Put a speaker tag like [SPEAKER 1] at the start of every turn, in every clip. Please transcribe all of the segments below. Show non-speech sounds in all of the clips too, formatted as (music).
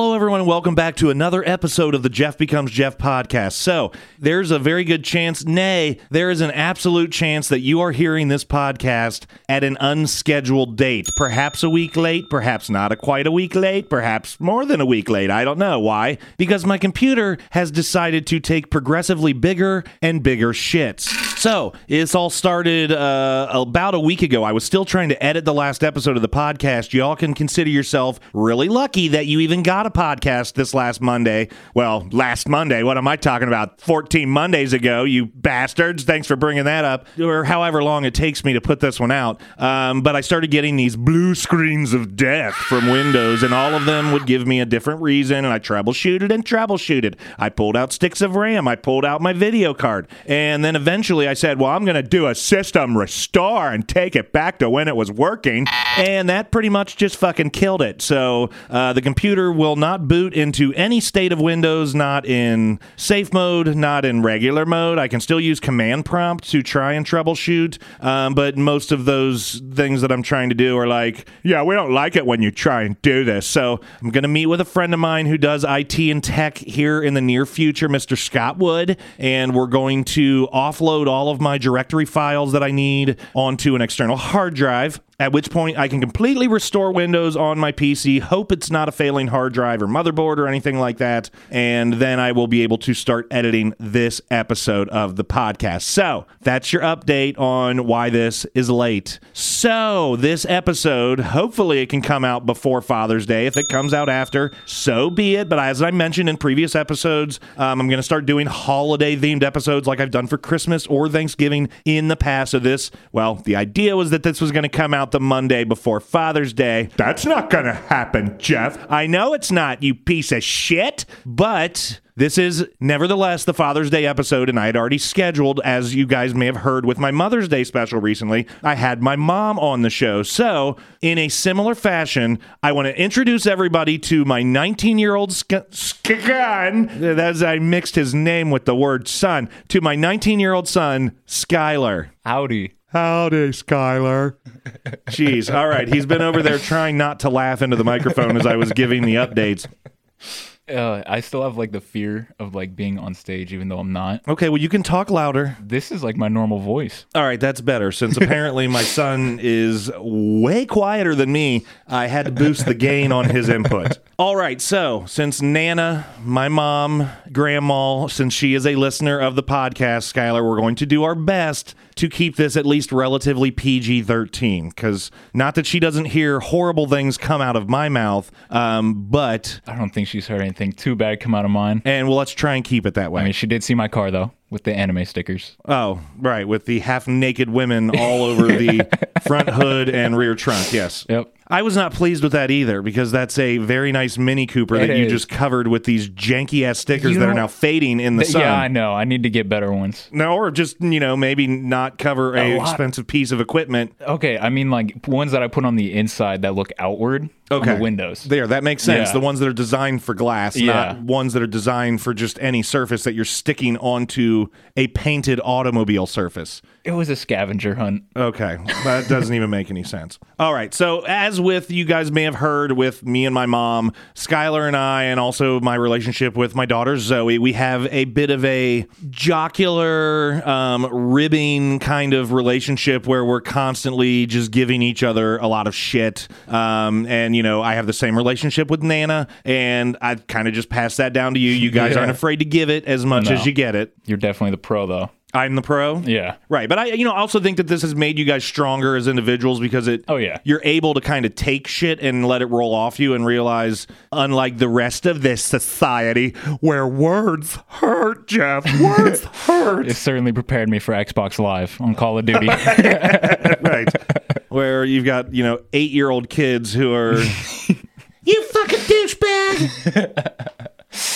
[SPEAKER 1] welcome back to another episode of the Jeff Becomes Jeff podcast. So, there's a very good chance, nay, there is an absolute chance that you are hearing this podcast at an unscheduled date. Perhaps a week late, perhaps not a quite a week late, perhaps more than a week late. I don't know. Why? Because my computer has decided to take progressively bigger and bigger shits. So, it's all started uh, about a week ago. I was still trying to edit the last episode of the podcast. Y'all can consider yourself really lucky that you even got a podcast this last Monday. Well, last Monday. What am I talking about? 14 Mondays ago, you bastards. Thanks for bringing that up. Or however long it takes me to put this one out. Um, but I started getting these blue screens of death from Windows, and all of them would give me a different reason. And I troubleshooted and troubleshooted. I pulled out sticks of RAM. I pulled out my video card. And then eventually I said, well, I'm going to do a system restore and take it back to when it was working. And that pretty much just fucking killed it. So uh, the computer will not boot into any state of Windows, not in safe mode, not in regular mode. I can still use command prompt to try and troubleshoot, um, but most of those things that I'm trying to do are like, yeah, we don't like it when you try and do this. So I'm going to meet with a friend of mine who does IT and tech here in the near future, Mr. Scott Wood, and we're going to offload all of my directory files that I need onto an external hard drive at which point I can completely restore Windows on my PC, hope it's not a failing hard drive or motherboard or anything like that, and then I will be able to start editing this episode of the podcast. So that's your update on why this is late. So this episode, hopefully it can come out before Father's Day. If it comes out after, so be it. But as I mentioned in previous episodes, um, I'm going to start doing holiday themed episodes like I've done for Christmas or Thanksgiving in the past. So this, well, the idea was that this was going to come out the Monday before Father's Day. That's not going to happen, Jeff. I know it's not, you piece of shit, but. This is nevertheless the Father's Day episode, and I had already scheduled, as you guys may have heard with my Mother's Day special recently, I had my mom on the show. So, in a similar fashion, I want to introduce everybody to my 19 year old sk- Skan, as I mixed his name with the word son, to my 19 year old son, Skylar.
[SPEAKER 2] Howdy.
[SPEAKER 1] Howdy, Skylar. Jeez. All right. He's been over there trying not to laugh into the microphone as I was giving the updates.
[SPEAKER 2] Uh, I still have like the fear of like being on stage, even though I'm not.
[SPEAKER 1] Okay. Well, you can talk louder.
[SPEAKER 2] This is like my normal voice.
[SPEAKER 1] All right. That's better since apparently my son is way quieter than me. I had to boost the gain on his input. All right. So, since Nana, my mom, grandma, since she is a listener of the podcast, Skylar, we're going to do our best to keep this at least relatively PG 13. Because not that she doesn't hear horrible things come out of my mouth, um, but,
[SPEAKER 2] I don't think she's heard anything too bad come out of mine.
[SPEAKER 1] and well, let's try and keep it that way.
[SPEAKER 2] I mean, she did see my car though with the anime stickers.
[SPEAKER 1] oh, right. With the half naked women all over the front hood and rear trunk. Yes.
[SPEAKER 2] Yep.
[SPEAKER 1] I was not pleased with that either because that's a very nice Mini Cooper
[SPEAKER 2] It
[SPEAKER 1] that you
[SPEAKER 2] is.
[SPEAKER 1] just covered with these janky ass stickers
[SPEAKER 2] You
[SPEAKER 1] that are
[SPEAKER 2] don't-
[SPEAKER 1] now fading in the sun.
[SPEAKER 2] Yeah, I know. I need to get better ones.
[SPEAKER 1] no, or just you know maybe not cover a,
[SPEAKER 2] A lot.
[SPEAKER 1] expensive piece of equipment.
[SPEAKER 2] Okay, I mean like ones that I put on the inside that look outward
[SPEAKER 1] Okay,
[SPEAKER 2] on the windows.
[SPEAKER 1] There, that makes sense.
[SPEAKER 2] Yeah.
[SPEAKER 1] The ones that are designed for glass,
[SPEAKER 2] Yeah.
[SPEAKER 1] not ones that are designed for just any surface that you're sticking onto a painted automobile surface.
[SPEAKER 2] it was a scavenger hunt.
[SPEAKER 1] Okay, that doesn't even make any sense. All right, so as with you guys may have heard with me and my mom, Skylar and I, and also my relationship with my daughter Zoe, we have a bit of a jocular, um, ribbing kind of relationship where we're constantly just giving each other a lot of shit. Um, and you know, I have the same relationship with Nana, and I kind of just pass that down to you. You guys
[SPEAKER 2] (laughs) Yeah.
[SPEAKER 1] aren't afraid to give it as much as you get it.
[SPEAKER 2] You're definitely the pro though.
[SPEAKER 1] I'm the pro.
[SPEAKER 2] Yeah.
[SPEAKER 1] Right, but I, you know, I also think that this has made you guys stronger as individuals because it.
[SPEAKER 2] Oh, yeah.
[SPEAKER 1] You're able to kind of take shit and let it roll off you and realize, unlike the rest of this society, where words hurt, Jeff,
[SPEAKER 2] (laughs)
[SPEAKER 1] words hurt.
[SPEAKER 2] It certainly prepared me for Xbox Live on Call of (laughs) Duty.
[SPEAKER 1] right. Where you've got you know eight year old kids who are. you fucking
[SPEAKER 2] (laughs)
[SPEAKER 1] douchebag.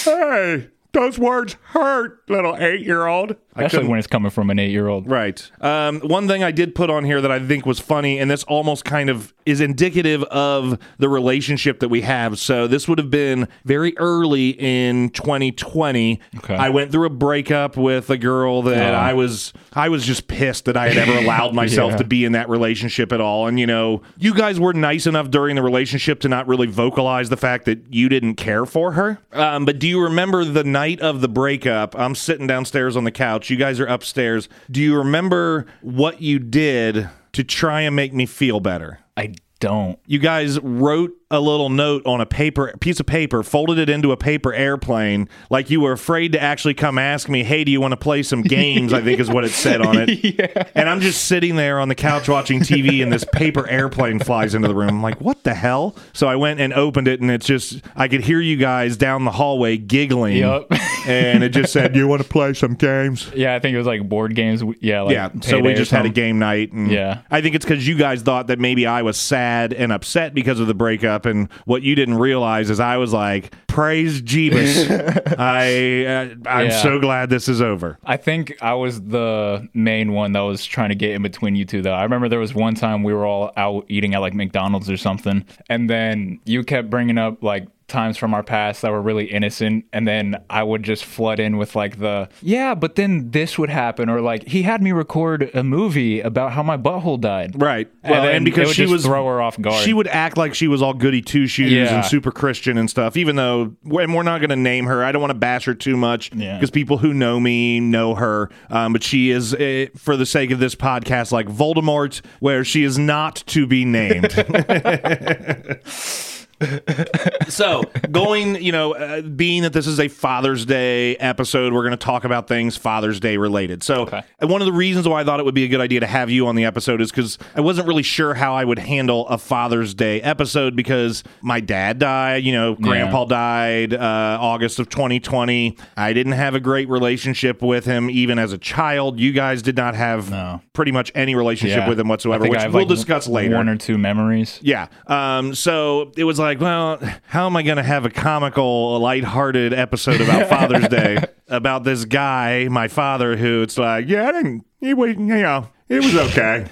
[SPEAKER 1] hey, those words hurt, little eight year old. I
[SPEAKER 2] Especially
[SPEAKER 1] couldn't-
[SPEAKER 2] when it's coming from an eight-year-old.
[SPEAKER 1] Right. Um, one thing I did put on here that I think was funny, and this almost kind of is indicative of the relationship that we have. So this would have been very early in 2020.
[SPEAKER 2] Okay.
[SPEAKER 1] I went through a breakup with a girl that I was I was just pissed that I had ever (laughs) allowed myself
[SPEAKER 2] Yeah.
[SPEAKER 1] to be in that relationship at all. And you know, you guys were nice enough during the relationship to not really vocalize the fact that you didn't care for her. Um, but do you remember the night of the breakup? I'm sitting downstairs on the couch. You guys are upstairs. Do you remember what you did to try and make me feel better?
[SPEAKER 2] I don't.
[SPEAKER 1] you guys wrote a little note on a paper piece of paper, folded it into a paper airplane, like you were afraid to actually come ask me, "Hey, do you want to play some games?" I think is what it said on it. And I'm just sitting there on the couch watching TV, and this paper airplane flies into the room. I'm like, "What the hell?" So I went and opened it, and it's just I could hear you guys down the hallway giggling,
[SPEAKER 2] Yup.
[SPEAKER 1] and it just said, (laughs) "You want to play some games?"
[SPEAKER 2] Yeah, I think it was like board games. w- Yeah, like
[SPEAKER 1] yeah. So we
[SPEAKER 2] Payday or
[SPEAKER 1] just had a
[SPEAKER 2] something.
[SPEAKER 1] game night. And
[SPEAKER 2] Yeah.
[SPEAKER 1] I think it's because you guys thought that maybe I was sad and upset because of the breakup. And what you didn't realize is I was like, praise Jeebus. I, uh, I'm
[SPEAKER 2] Yeah.
[SPEAKER 1] so glad this is over.
[SPEAKER 2] I think I was the main one that was trying to get in between you two, though. I remember there was one time we were all out eating at like McDonald's or something, and then you kept bringing up like times from our past that were really innocent, and then I would just flood in with like the yeah, but then this would happen, or like he had me record a movie about how my butthole died,
[SPEAKER 1] Right.
[SPEAKER 2] And
[SPEAKER 1] Well, and,
[SPEAKER 2] then it
[SPEAKER 1] because
[SPEAKER 2] would
[SPEAKER 1] she
[SPEAKER 2] just
[SPEAKER 1] was
[SPEAKER 2] throw her off guard.
[SPEAKER 1] She would act like she was all goody two shoes
[SPEAKER 2] Yeah.
[SPEAKER 1] and super Christian and stuff, even though, and we're not going to name her. I don't want to bash her too much because
[SPEAKER 2] Yeah.
[SPEAKER 1] people who know me know her. Um, but she is, uh, for the sake of this podcast, like Voldemort, where she is not to be named. so going you know uh, being that this is a father's day episode we're going to talk about things father's day related so and one of the reasons why i thought it would be a good idea to have you on the episode is because i wasn't really sure how i would handle a father's day episode because my dad died you know grandpa died uh, august of 2020 i didn't have a great relationship with him even as a child you guys did not have pretty much any relationship
[SPEAKER 2] Yeah.
[SPEAKER 1] with him
[SPEAKER 2] I
[SPEAKER 1] whatsoever
[SPEAKER 2] think I
[SPEAKER 1] which
[SPEAKER 2] have,
[SPEAKER 1] we'll
[SPEAKER 2] like,
[SPEAKER 1] discuss later
[SPEAKER 2] One or two memories.
[SPEAKER 1] yeah. Um, so it was like, well, how am I going to have a comical, lighthearted episode about
[SPEAKER 2] (laughs)
[SPEAKER 1] Father's Day about this guy, my father, who it's like, yeah, I didn't, he was, you know, it was
[SPEAKER 2] (laughs)
[SPEAKER 1] okay.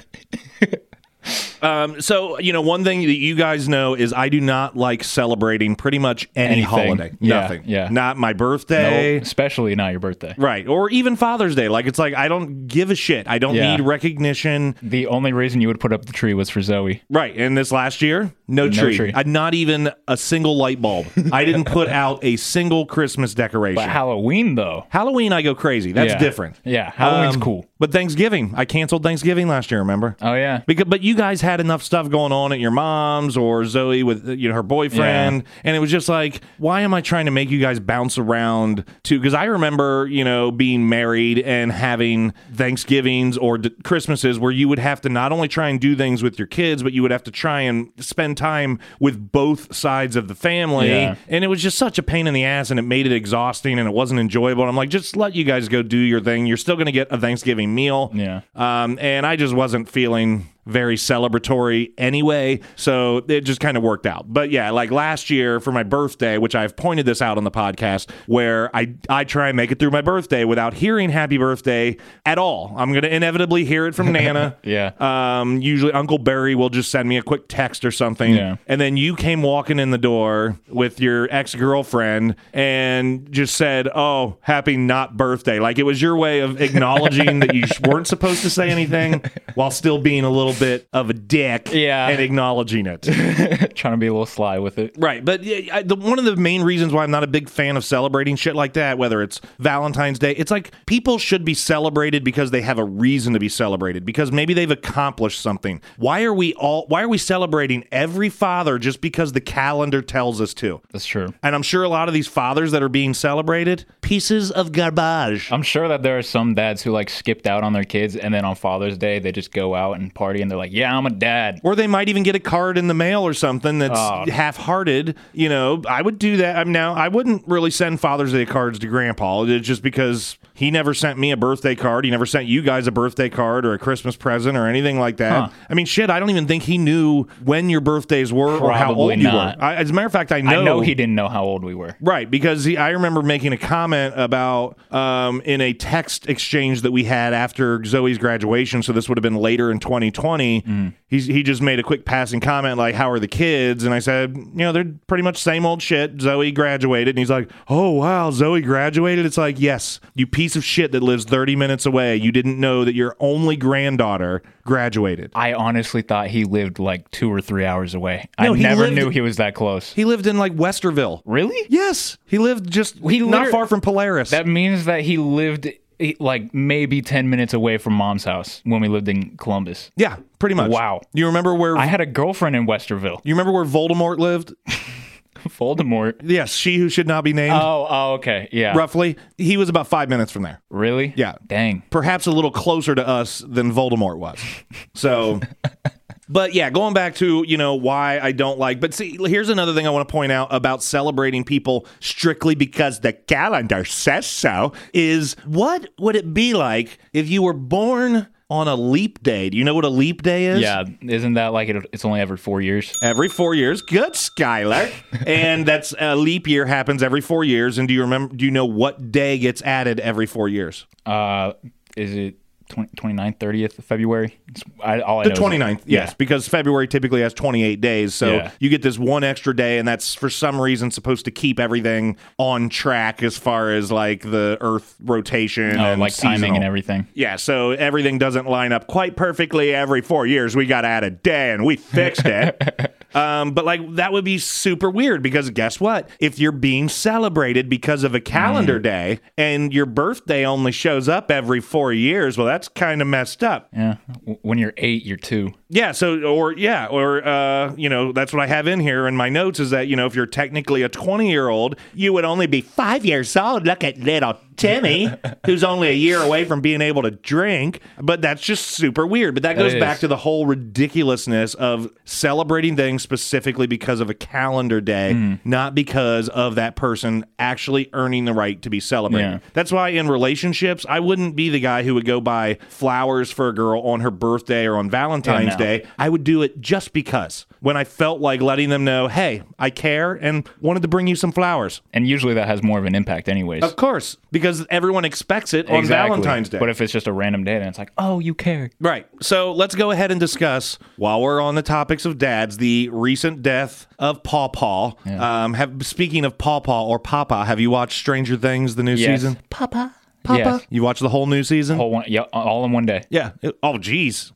[SPEAKER 1] um, so, you know, one thing that you guys know is I do not like celebrating pretty much any
[SPEAKER 2] Anything.
[SPEAKER 1] holiday.
[SPEAKER 2] Yeah,
[SPEAKER 1] Nothing.
[SPEAKER 2] yeah.
[SPEAKER 1] Not my
[SPEAKER 2] No,
[SPEAKER 1] birthday.
[SPEAKER 2] especially not your birthday.
[SPEAKER 1] Right. Or even Father's Day. Like, it's like, I don't give a shit. I don't
[SPEAKER 2] Yeah.
[SPEAKER 1] need recognition.
[SPEAKER 2] The only reason you would put up the tree was for Zoe.
[SPEAKER 1] Right. And this last year, no, tree.
[SPEAKER 2] tree.
[SPEAKER 1] I, not even a single light bulb. I didn't
[SPEAKER 2] (laughs)
[SPEAKER 1] put out a single Christmas decoration.
[SPEAKER 2] But Halloween though,
[SPEAKER 1] Halloween, I go crazy. That's
[SPEAKER 2] Yeah.
[SPEAKER 1] different.
[SPEAKER 2] Yeah, Halloween's
[SPEAKER 1] Um,
[SPEAKER 2] cool.
[SPEAKER 1] But Thanksgiving, I canceled Thanksgiving last year, remember?
[SPEAKER 2] Oh yeah, (laughs)
[SPEAKER 1] because, but you guys had enough stuff going on at your mom's or Zoe with uh, you know her boyfriend, and it was just like, why am I trying to make you guys bounce around to? Because I remember you know being married and having Thanksgivings or d- Christmases where you would have to not only try and do things with your kids, but you would have to try and spend time with both sides of the family,
[SPEAKER 2] Yeah.
[SPEAKER 1] and it was just such a pain in the ass, and it made it exhausting, and it wasn't enjoyable. And I'm like, just let you guys go do your thing. You're still going to get a Thanksgiving meal,
[SPEAKER 2] Yeah.
[SPEAKER 1] um, and I just wasn't feeling very celebratory anyway, so it just kind of worked out. But yeah, like last year for my birthday, which I've pointed this out on the podcast, where I I try and make it through my birthday without hearing happy birthday at all. I'm gonna inevitably hear it
[SPEAKER 2] (laughs)
[SPEAKER 1] from Nana.
[SPEAKER 2] Yeah.
[SPEAKER 1] Um, usually Uncle Barry will just send me a quick text or something.
[SPEAKER 2] Yeah.
[SPEAKER 1] And then you came walking in the door with your ex girlfriend and just said, Oh, happy not birthday. Like it was your way of acknowledging that you sh- weren't supposed to say
[SPEAKER 2] (laughs)
[SPEAKER 1] anything while still being a little bit of a dick
[SPEAKER 2] Yeah.
[SPEAKER 1] and acknowledging it.
[SPEAKER 2] trying to be a little sly with it.
[SPEAKER 1] Right, but yeah, I, the, one of the main reasons why I'm not a big fan of celebrating shit like that, whether it's Valentine's Day, it's like people should be celebrated because they have a reason to be celebrated because maybe they've accomplished something. Why are we all? Why are we celebrating every father just because the calendar tells us to?
[SPEAKER 2] That's true.
[SPEAKER 1] And I'm sure a lot of these fathers that are being celebrated pieces of garbage.
[SPEAKER 2] I'm sure that there are some dads who like skipped out on their kids, and then on Father's Day they just go out and party party and they're like, yeah, I'm a dad.
[SPEAKER 1] Or they might even get a card in the mail or something that's
[SPEAKER 2] Oh.
[SPEAKER 1] half-hearted. You know, I would do that. I'm now. I wouldn't really send Father's Day cards to Grandpa. It's just because he never sent me a birthday card. He never sent you guys a birthday card or a Christmas present or anything like that.
[SPEAKER 2] Huh.
[SPEAKER 1] I mean, shit. I don't even think he knew when your birthdays were or how
[SPEAKER 2] Probably
[SPEAKER 1] old
[SPEAKER 2] not.
[SPEAKER 1] you were. I, as a matter of fact, I know.
[SPEAKER 2] I know he didn't know how old we were.
[SPEAKER 1] Right, because he, I remember making a comment about um, in a text exchange that we had after Zoe's graduation. So this would have been later in 2020. He's, he just made a quick passing comment like, "How are the kids?" And I said, "You know, they're pretty much same old shit." Zoe graduated, and he's like, "Oh wow, Zoe graduated." It's like, yes, you piece of shit that lives 30 minutes away. You didn't know that your only granddaughter graduated.
[SPEAKER 2] I honestly thought he lived like two or three hours away.
[SPEAKER 1] No,
[SPEAKER 2] I
[SPEAKER 1] he
[SPEAKER 2] never
[SPEAKER 1] lived-
[SPEAKER 2] knew he was that close.
[SPEAKER 1] He lived in like Westerville.
[SPEAKER 2] Really?
[SPEAKER 1] Yes, he lived just
[SPEAKER 2] He
[SPEAKER 1] not
[SPEAKER 2] liter-
[SPEAKER 1] far from Polaris.
[SPEAKER 2] That means that he lived eh, like maybe 10 minutes away from mom's house when we lived in Columbus.
[SPEAKER 1] yeah, pretty much.
[SPEAKER 2] Wow.
[SPEAKER 1] You remember where
[SPEAKER 2] I had a girlfriend in Westerville, (laughs)
[SPEAKER 1] You remember where Voldemort lived? (laughs)
[SPEAKER 2] Voldemort.
[SPEAKER 1] Yes, she who should not be named,
[SPEAKER 2] Oh, oh, okay. Yeah.
[SPEAKER 1] roughly. He was about five minutes from there.
[SPEAKER 2] Really?
[SPEAKER 1] Yeah.
[SPEAKER 2] Dang.
[SPEAKER 1] Perhaps a little closer to us than Voldemort was.
[SPEAKER 2] (laughs)
[SPEAKER 1] So. But yeah, going back to, you know, why I don't like. But see, here's another thing I want to point out about celebrating people strictly because the calendar says so is what would it be like if you were born on a leap day? Do you know what a leap day is?
[SPEAKER 2] Yeah. Isn't that like it, it's only every four years?
[SPEAKER 1] every four years. Good, Skylar. and that's a leap year happens every four years. And do you remember? Do you know what day gets added every four years?
[SPEAKER 2] Uh, is it 20, 29th, 30th of February? It's, I, all I
[SPEAKER 1] The
[SPEAKER 2] know is-
[SPEAKER 1] 29th, yes,
[SPEAKER 2] Yeah.
[SPEAKER 1] because February typically has 28 days. So
[SPEAKER 2] Yeah.
[SPEAKER 1] you get this one extra day, and that's for some reason supposed to keep everything on track as far as like the Earth rotation
[SPEAKER 2] Oh,
[SPEAKER 1] and
[SPEAKER 2] like timing and
[SPEAKER 1] seasonal.
[SPEAKER 2] everything.
[SPEAKER 1] Yeah, so everything doesn't line up quite perfectly every four years. We got to add a day and we fixed it. um, but like that would be super weird because guess what? If you're being celebrated because of a calendar day and your birthday only shows up every four years, well, that's kind of messed up.
[SPEAKER 2] Yeah. W- When you're eight, you're two.
[SPEAKER 1] Yeah. So, or yeah, or uh, you know, that's what I have in here in my notes is that you know, if you're technically a 20 year old, you would only be five years old. Look at little
[SPEAKER 2] (laughs)
[SPEAKER 1] Timmy, who's only a year away from being able to drink. But that's just super weird. But that goes
[SPEAKER 2] is.
[SPEAKER 1] back to the whole ridiculousness of celebrating things specifically because of a calendar day,
[SPEAKER 2] Mm.
[SPEAKER 1] not because of that person actually earning the right to be celebrated.
[SPEAKER 2] Yeah.
[SPEAKER 1] That's why in relationships, I wouldn't be the guy who would go buy flowers for a girl on her birthday or on Valentine's
[SPEAKER 2] Yeah, no.
[SPEAKER 1] Day. I would do it just because when I felt like letting them know, hey, I care and wanted to bring you some flowers.
[SPEAKER 2] And usually that has more of an impact, anyways.
[SPEAKER 1] Of course, because everyone expects it on
[SPEAKER 2] Exactly.
[SPEAKER 1] Valentine's Day.
[SPEAKER 2] But if it's just a random day, then it's like, oh, you care.
[SPEAKER 1] Right. So let's go ahead and discuss while we're on the topics of dads, the recent death of Paw Paw. Um, have, speaking of Paw Paw or Papa, have you watched Stranger Things the new
[SPEAKER 2] Yes.
[SPEAKER 1] season?
[SPEAKER 2] Papa. Papa.
[SPEAKER 1] You watched the whole new season?
[SPEAKER 2] Whole one, yeah, all in one day.
[SPEAKER 1] Yeah. It- oh, jeez.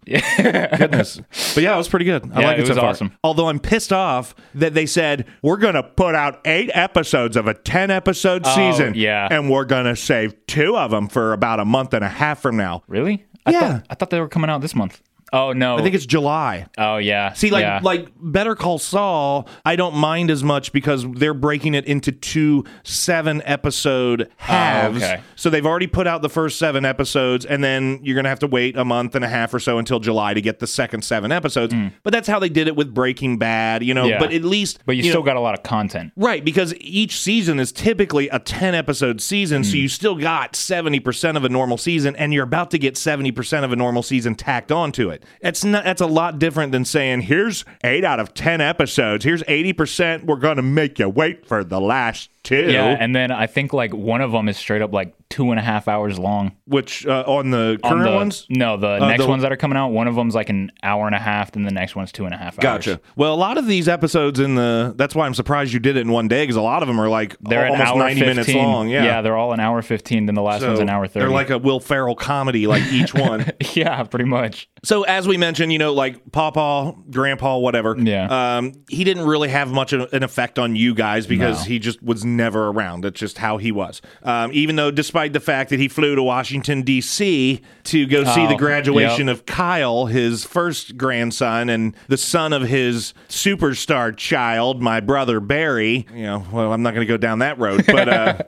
[SPEAKER 1] Goodness. But yeah, it was pretty good. I
[SPEAKER 2] Yeah,
[SPEAKER 1] like it,
[SPEAKER 2] it
[SPEAKER 1] so
[SPEAKER 2] was
[SPEAKER 1] far.
[SPEAKER 2] awesome.
[SPEAKER 1] Although I'm pissed off that they said we're gonna put out eight episodes of a ten episode season.
[SPEAKER 2] Oh, yeah.
[SPEAKER 1] And we're gonna save two of them for about a month and a half from now.
[SPEAKER 2] Really? I
[SPEAKER 1] Yeah.
[SPEAKER 2] Thought, I thought they were coming out this month. Oh no.
[SPEAKER 1] I think it's July.
[SPEAKER 2] oh yeah.
[SPEAKER 1] See, like
[SPEAKER 2] yeah.
[SPEAKER 1] like Better Call Saul, I don't mind as much because they're breaking it into two seven episode halves.
[SPEAKER 2] Oh, okay.
[SPEAKER 1] So they've already put out the first seven episodes, and then you're gonna have to wait a month and a half or so until July to get the second seven episodes. But that's how they did it with Breaking Bad, you know.
[SPEAKER 2] Hmm. Yeah.
[SPEAKER 1] But at least,
[SPEAKER 2] but you,
[SPEAKER 1] know,
[SPEAKER 2] still got a lot of content.
[SPEAKER 1] Right, because each season is typically a 10 episode season,
[SPEAKER 2] Hmm.
[SPEAKER 1] so you still got 70% of a normal season and you're about to get 70% of a normal season tacked onto it. It's not that's a lot different than saying here's 8 out of 10 episodes, here's 80%, we're going to make you wait for the last two,
[SPEAKER 2] Yeah. And then I think like one of them is straight up like two and a half hours long.
[SPEAKER 1] which uh, on the
[SPEAKER 2] On
[SPEAKER 1] current
[SPEAKER 2] the-
[SPEAKER 1] ones Uh,
[SPEAKER 2] No, the next
[SPEAKER 1] the-
[SPEAKER 2] ones that are coming out. One of them's like an hour and a half, and the next one's two and a half hours.
[SPEAKER 1] Gotcha. Well, a lot of these episodes in the that's why I'm surprised you did it in one day because a lot of them are like
[SPEAKER 2] They're
[SPEAKER 1] al-
[SPEAKER 2] an
[SPEAKER 1] almost
[SPEAKER 2] hour
[SPEAKER 1] 90
[SPEAKER 2] 15.
[SPEAKER 1] minutes long. Yeah,
[SPEAKER 2] they're all an hour fifteen. Then the last one's
[SPEAKER 1] So
[SPEAKER 2] an hour thirty.
[SPEAKER 1] They're like a Will Ferrell comedy, like each one.
[SPEAKER 2] (laughs) yeah, pretty much.
[SPEAKER 1] So as we mentioned, you know, like Papa, Grandpa, whatever.
[SPEAKER 2] Yeah.
[SPEAKER 1] Um, he didn't really have much of an effect on you guys because he just was never around. That's just how he was. Um, even though, despite the fact that he flew to Washington D.C. to go see
[SPEAKER 2] Oh,
[SPEAKER 1] the graduation
[SPEAKER 2] yep.
[SPEAKER 1] of Kyle, his first grandson, and the son of his superstar child, my brother Barry. You know, well, I'm not going to go down that road, but uh,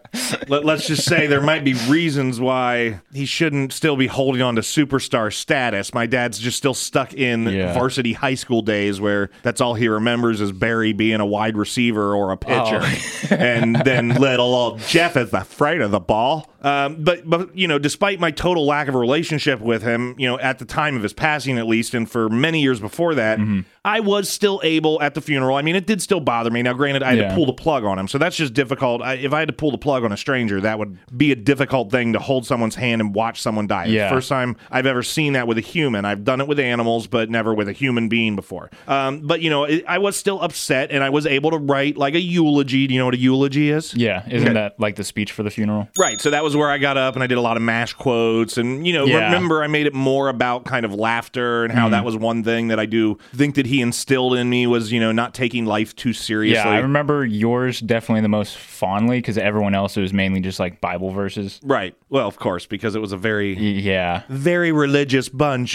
[SPEAKER 1] let, let's just say there might be reasons why he shouldn't still be holding on to superstar status. My dad's just still stuck in
[SPEAKER 2] Yeah.
[SPEAKER 1] varsity high school days where that's all he remembers is Barry being a wide receiver or a pitcher,
[SPEAKER 2] Oh.
[SPEAKER 1] (laughs) and then little old Jeff is afraid of the ball. Um, but but you know, despite my total lack of a relationship with him, you know, at the time of his passing, at least, and for many years before that,
[SPEAKER 2] Mm-hmm.
[SPEAKER 1] I was still able at the funeral. I mean, it did still bother me. Now, granted, I had to
[SPEAKER 2] Yeah.
[SPEAKER 1] pull the plug on him, so that's just difficult. I, if I had to pull the plug on a stranger, that would be a difficult thing to hold someone's hand and watch someone die. It's the
[SPEAKER 2] Yeah.
[SPEAKER 1] first time I've ever seen that with a human. I've done it with animals, but never with a human being before. Um, but you know, it, I was still upset, and I was able to write like a eulogy. Do you know what a eulogy is?
[SPEAKER 2] Yeah, isn't that like the speech for the funeral?
[SPEAKER 1] Right. So that was where I got up and I did a lot of MASH quotes. And, you know,
[SPEAKER 2] Yeah. Mm.
[SPEAKER 1] remember I made it more about kind of laughter and how that was one thing that I do think that he instilled in me was, you know, not taking life too seriously.
[SPEAKER 2] Yeah, I remember yours definitely the most fondly because everyone else it was mainly just like Bible verses.
[SPEAKER 1] right. Well, of course, because it was a very.
[SPEAKER 2] Y- Yeah,
[SPEAKER 1] very religious bunch.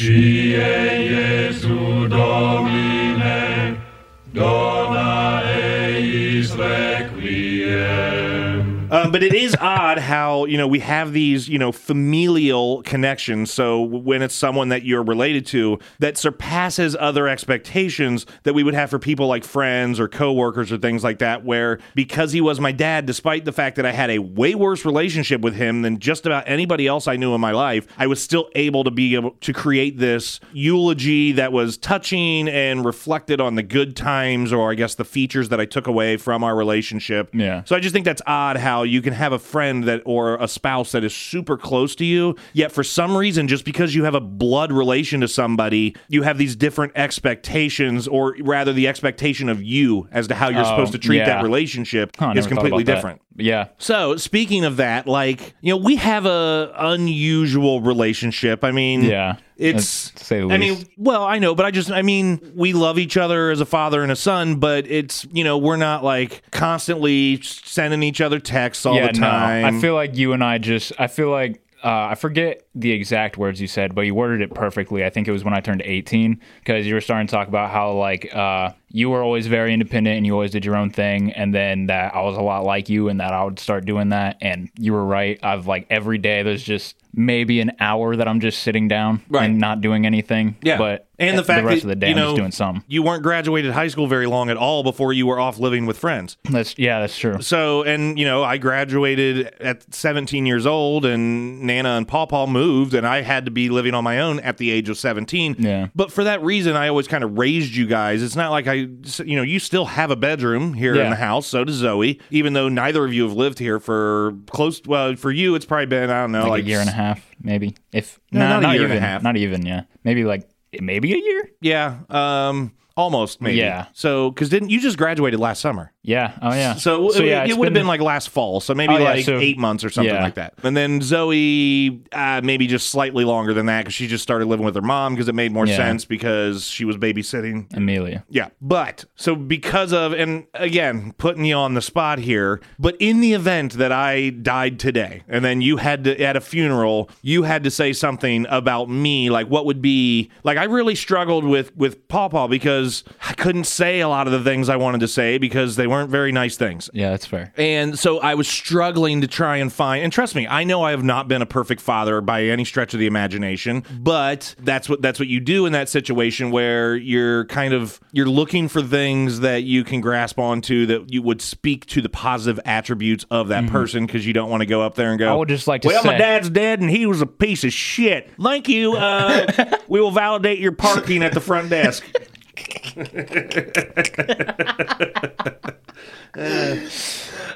[SPEAKER 1] Um, but it is odd how you know we have these you know familial connections. So when it's someone that you're related to that surpasses other expectations that we would have for people like friends or coworkers or things like that, where because he was my dad, despite the fact that I had a way worse relationship with him than just about anybody else I knew in my life, I was still able to be able to create this eulogy that was touching and reflected on the good times or I guess the features that I took away from our relationship.
[SPEAKER 2] Yeah.
[SPEAKER 1] So I just think that's odd how you can have a friend that or a spouse that is super close to you, yet for some reason, just because you have a blood relation to somebody, you have these different expectations, or rather, the expectation of you as to how you're supposed to treat
[SPEAKER 2] Oh, yeah.
[SPEAKER 1] that relationship
[SPEAKER 2] Huh, I
[SPEAKER 1] is
[SPEAKER 2] never thought
[SPEAKER 1] completely
[SPEAKER 2] about that.
[SPEAKER 1] different.
[SPEAKER 2] Yeah,
[SPEAKER 1] So speaking of that, like you know, we have a unusual relationship. I mean,
[SPEAKER 2] Yeah,
[SPEAKER 1] it's
[SPEAKER 2] to say the
[SPEAKER 1] I mean,
[SPEAKER 2] least.
[SPEAKER 1] well, I know, but I just, I mean, we love each other as a father and a son, but it's you know, we're not like constantly sending each other texts all
[SPEAKER 2] yeah.
[SPEAKER 1] the time.
[SPEAKER 2] No, I feel like you and I just. I feel like. Uh, I forget the exact words you said, but you worded it perfectly. I think it was when I turned 18 because you were starting to talk about how like uh, you were always very independent and you always did your own thing, and then that I was a lot like you and that I would start doing that. And you were right. I've like every day there's just maybe an hour that I'm just sitting down
[SPEAKER 1] Right.
[SPEAKER 2] and not doing anything.
[SPEAKER 1] Yeah,
[SPEAKER 2] but
[SPEAKER 1] and the fact that
[SPEAKER 2] rest of the day
[SPEAKER 1] you know
[SPEAKER 2] I'm just doing something.
[SPEAKER 1] you weren't graduated high school very long at all before you were off living with friends.
[SPEAKER 2] That's yeah, that's true.
[SPEAKER 1] So, and you know, I graduated at 17 years old, and Nana and Pawpaw moved, and I had to be living on my own at the age of 17.
[SPEAKER 2] Yeah.
[SPEAKER 1] But for that reason, I always kind of raised you guys. It's not like I, you know, you still have a bedroom here in
[SPEAKER 2] Yeah.
[SPEAKER 1] the house. So does Zoe, even though neither of you have lived here for close. Well, for you, it's probably been I don't know, like,
[SPEAKER 2] like a year and a half, maybe. If
[SPEAKER 1] No, not
[SPEAKER 2] nah,
[SPEAKER 1] a year and
[SPEAKER 2] even,
[SPEAKER 1] a half.
[SPEAKER 2] not even, yeah, maybe like maybe a year.
[SPEAKER 1] yeah, um, almost maybe.
[SPEAKER 2] Yeah.
[SPEAKER 1] So, because didn't you just graduated last summer?
[SPEAKER 2] Yeah. Oh yeah.
[SPEAKER 1] So, it- it,
[SPEAKER 2] it's
[SPEAKER 1] would have been, like last fall, so maybe
[SPEAKER 2] Oh, yeah,
[SPEAKER 1] like
[SPEAKER 2] so-
[SPEAKER 1] eight months or something
[SPEAKER 2] yeah.
[SPEAKER 1] like that. And then Zoe, uh, maybe just slightly longer than that because she just started living with her mom because it made more
[SPEAKER 2] Yeah.
[SPEAKER 1] sense because she was babysitting.
[SPEAKER 2] Amelia.
[SPEAKER 1] Yeah, but so because of and again putting you on the spot here, but in the event that I died today and then you had to at a funeral, you had to say something about me, like what would be like I really struggled with with Pawpaw because I couldn't say a lot of the things I wanted to say because they weren't very nice things.
[SPEAKER 2] Yeah, that's fair.
[SPEAKER 1] And so I was struggling to try and find. And trust me, I know I have not been a perfect father by any stretch of the imagination, but that's what that's what you do in that situation where you're kind of you're looking for things that you can grasp onto that you would speak to the positive attributes of that person because you don't want to go up there and go.
[SPEAKER 2] Mm-hmm. I would just like to
[SPEAKER 1] Well, my
[SPEAKER 2] say-
[SPEAKER 1] dad's dead and he was a piece of shit. Thank you.
[SPEAKER 2] (laughs)
[SPEAKER 1] Uh, we will validate your parking at the front desk.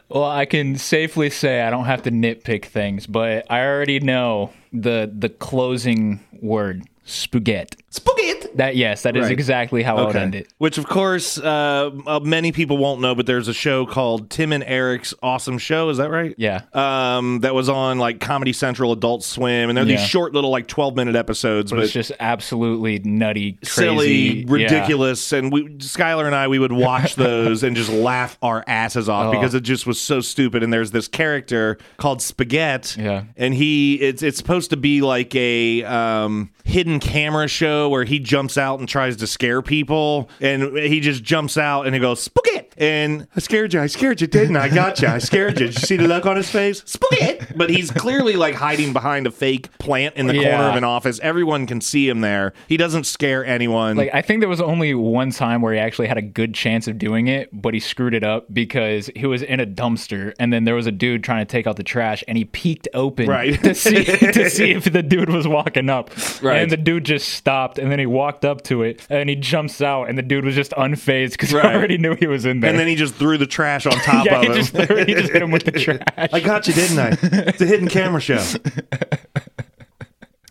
[SPEAKER 2] Well, I can safely say I don't have to nitpick things, but I already know the the closing word spaghetti.
[SPEAKER 1] Spooky.
[SPEAKER 2] That yes, that is
[SPEAKER 3] Right.
[SPEAKER 2] exactly how I would
[SPEAKER 3] Okay.
[SPEAKER 2] end it.
[SPEAKER 1] Which, of course, uh, uh, many people won't know, but there's a show called Tim and Eric's Awesome Show. Is that right?
[SPEAKER 2] Yeah.
[SPEAKER 1] Um, that was on like Comedy Central, Adult Swim, and they're
[SPEAKER 2] Yeah.
[SPEAKER 1] these short little like 12 minute episodes, but,
[SPEAKER 2] It's just absolutely nutty,
[SPEAKER 1] silly,
[SPEAKER 2] crazy, yeah.
[SPEAKER 1] ridiculous. And we, Skylar and I, we would (laughs) watch those and just laugh our asses off because it just was so stupid. And there's this character called Spaghetti,
[SPEAKER 2] Yeah.
[SPEAKER 1] and he it's it's supposed to be like a um, hidden camera show where he jumps out and tries to scare people, and he just jumps out and he goes Spaghetti. And I scared you. I scared you, didn't I? I Gotcha. I scared you. Did you see the look on his face? Spaghetti. But he's clearly like hiding behind a fake plant in the corner
[SPEAKER 2] Yeah.
[SPEAKER 1] of an office. Everyone can see him there. He doesn't scare anyone.
[SPEAKER 2] Like I think there was only one time where he actually had a good chance of doing it, but he screwed it up because he was in a dumpster and then there was a dude trying to take out the trash and he peeked open
[SPEAKER 1] Right. (laughs)
[SPEAKER 2] to see to see if the dude was walking up.
[SPEAKER 3] Right.
[SPEAKER 2] And the dude just stopped and then he walked up to it and he jumps out and the dude was just unfazed because
[SPEAKER 1] Right.
[SPEAKER 2] he already knew he was in there.
[SPEAKER 1] and
[SPEAKER 2] (laughs)
[SPEAKER 1] then he just threw the trash on top
[SPEAKER 2] yeah,
[SPEAKER 1] of
[SPEAKER 2] he
[SPEAKER 1] him.
[SPEAKER 2] just, he just hit
[SPEAKER 1] (laughs)
[SPEAKER 2] him with the trash.
[SPEAKER 1] I got you, didn't I? It's a hidden camera show. (laughs)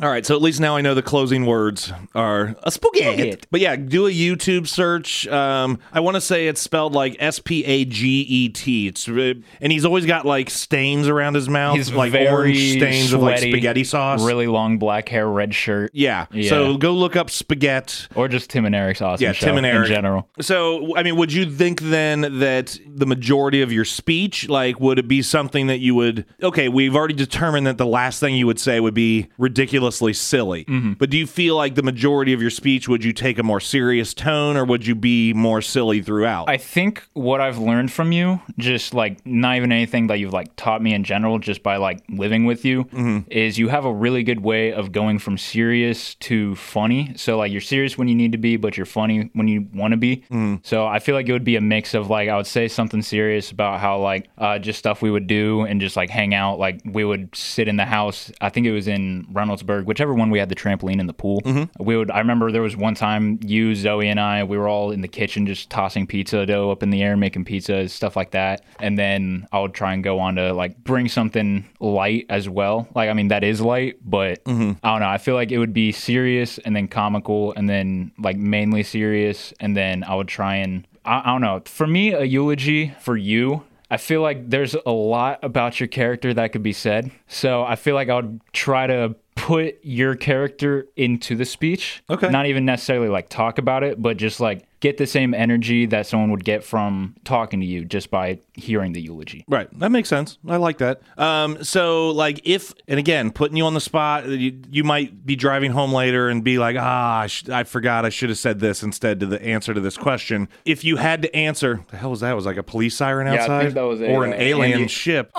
[SPEAKER 1] All right, so at least now I know the closing words are a spaghetti. But yeah, do a YouTube search. Um, I want to say it's spelled like S P A G E T. It's uh, and he's always got like stains around his mouth,
[SPEAKER 2] He's
[SPEAKER 1] like
[SPEAKER 2] very
[SPEAKER 1] orange stains of like
[SPEAKER 2] sweaty,
[SPEAKER 1] spaghetti sauce.
[SPEAKER 2] Really long black hair, red shirt.
[SPEAKER 1] Yeah.
[SPEAKER 2] Yeah.
[SPEAKER 1] So go look up spaghetti.
[SPEAKER 2] Or just Tim and Eric's awesome
[SPEAKER 1] Yeah,
[SPEAKER 2] show
[SPEAKER 1] Tim and Eric.
[SPEAKER 2] in general.
[SPEAKER 1] So, I mean, would you think then that the majority of your speech, like, would it be something that you would, okay, we've already determined that the last thing you would say would be ridiculously silly.
[SPEAKER 2] Mm-hmm.
[SPEAKER 1] But do you feel like the majority of your speech, would you take a more serious tone or would you be more silly throughout?
[SPEAKER 2] I think what I've learned from you, just like not even anything that you've like taught me in general, just by like living with you, is you have a really good way of going from serious to funny. So like you're serious when you need to be, but you're funny when you want to be. So I feel like it would be a mix of like I would say something serious about how like uh, just stuff we would do and just like hang out. Like we would sit in the house. I think it was in Reynoldsburg, whichever one we had the trampoline in the pool. We would. I remember there was one time you, Zoe, and I. We were all in the kitchen just tossing pizza dough up in the air, making pizzas, stuff like that. And then I would try and go on to like bring something light as well. Like I mean, that is light, but I don't know. I feel like it would be serious and then comical and then like mainly serious, and then I would try and. I, I don't know. For me, a eulogy for you I feel like there's a lot about your character that could be said. So I feel like I would try to put your character into the speech.
[SPEAKER 1] Okay.
[SPEAKER 2] Not even necessarily like talk about it, but just like get the same energy that someone would get from talking to you just by hearing the eulogy.
[SPEAKER 1] Right. That makes sense. I like that. Um, so, like, if, and again, putting you on the spot, you, you might be driving home later and be like, ah, I, sh- I forgot I should have said this instead to the answer to this question. If you had to answer, the hell was that? Was like a police siren
[SPEAKER 2] I
[SPEAKER 1] outside?
[SPEAKER 2] think that was a,
[SPEAKER 1] Or an
[SPEAKER 2] uh,
[SPEAKER 1] alien
[SPEAKER 2] Andy-
[SPEAKER 1] ship. (laughs)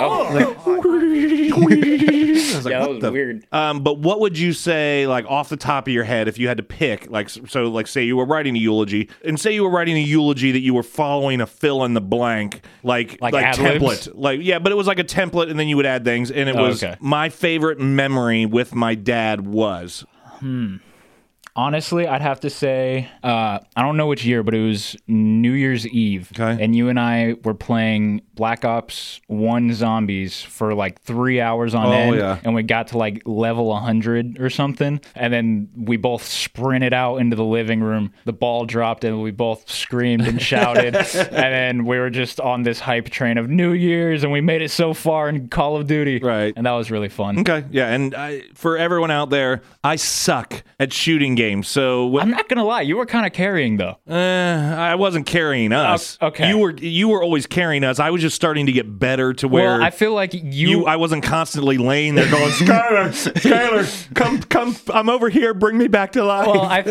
[SPEAKER 2] yeah, that
[SPEAKER 1] what
[SPEAKER 2] was
[SPEAKER 1] the-
[SPEAKER 2] weird.
[SPEAKER 1] Um, but what would you say, like off the top of your head, if you had to pick, like, s- so, like, say you were writing a eulogy, and say you were writing a eulogy that you were following a fill in the blank, like,
[SPEAKER 2] Like ad libs?
[SPEAKER 1] template, like, yeah, but it was like a template, and then you would add things, and it
[SPEAKER 2] Oh,
[SPEAKER 1] was
[SPEAKER 2] okay.
[SPEAKER 1] my favorite memory with my dad was
[SPEAKER 2] Honestly, I'd have to say uh, I don't know which year, but it was New Year's Eve,
[SPEAKER 1] Okay.
[SPEAKER 2] and you and I were playing Black Ops One Zombies for like three hours on end,
[SPEAKER 1] Oh, yeah.
[SPEAKER 2] and we got to like level 100 or something, and then we both sprinted out into the living room. The ball dropped, and we both screamed
[SPEAKER 1] (laughs)
[SPEAKER 2] and shouted, and then we were just on this hype train of New Year's, and we made it so far in Call of Duty,
[SPEAKER 1] Right.
[SPEAKER 2] And that was really fun.
[SPEAKER 1] okay, yeah, and I, for everyone out there, I suck at shooting games, so wh-
[SPEAKER 2] I'm not gonna lie, you were kind of carrying though.
[SPEAKER 1] Uh, I wasn't carrying us.
[SPEAKER 2] O- Oh, okay.
[SPEAKER 1] you were you were always carrying us. I was just starting to get better to where
[SPEAKER 2] Well, I feel like you,
[SPEAKER 1] you. I wasn't constantly laying there
[SPEAKER 2] (laughs)
[SPEAKER 1] going, Skylar, Skylar, come, come, I'm over here. Bring me back to life.
[SPEAKER 2] Well, I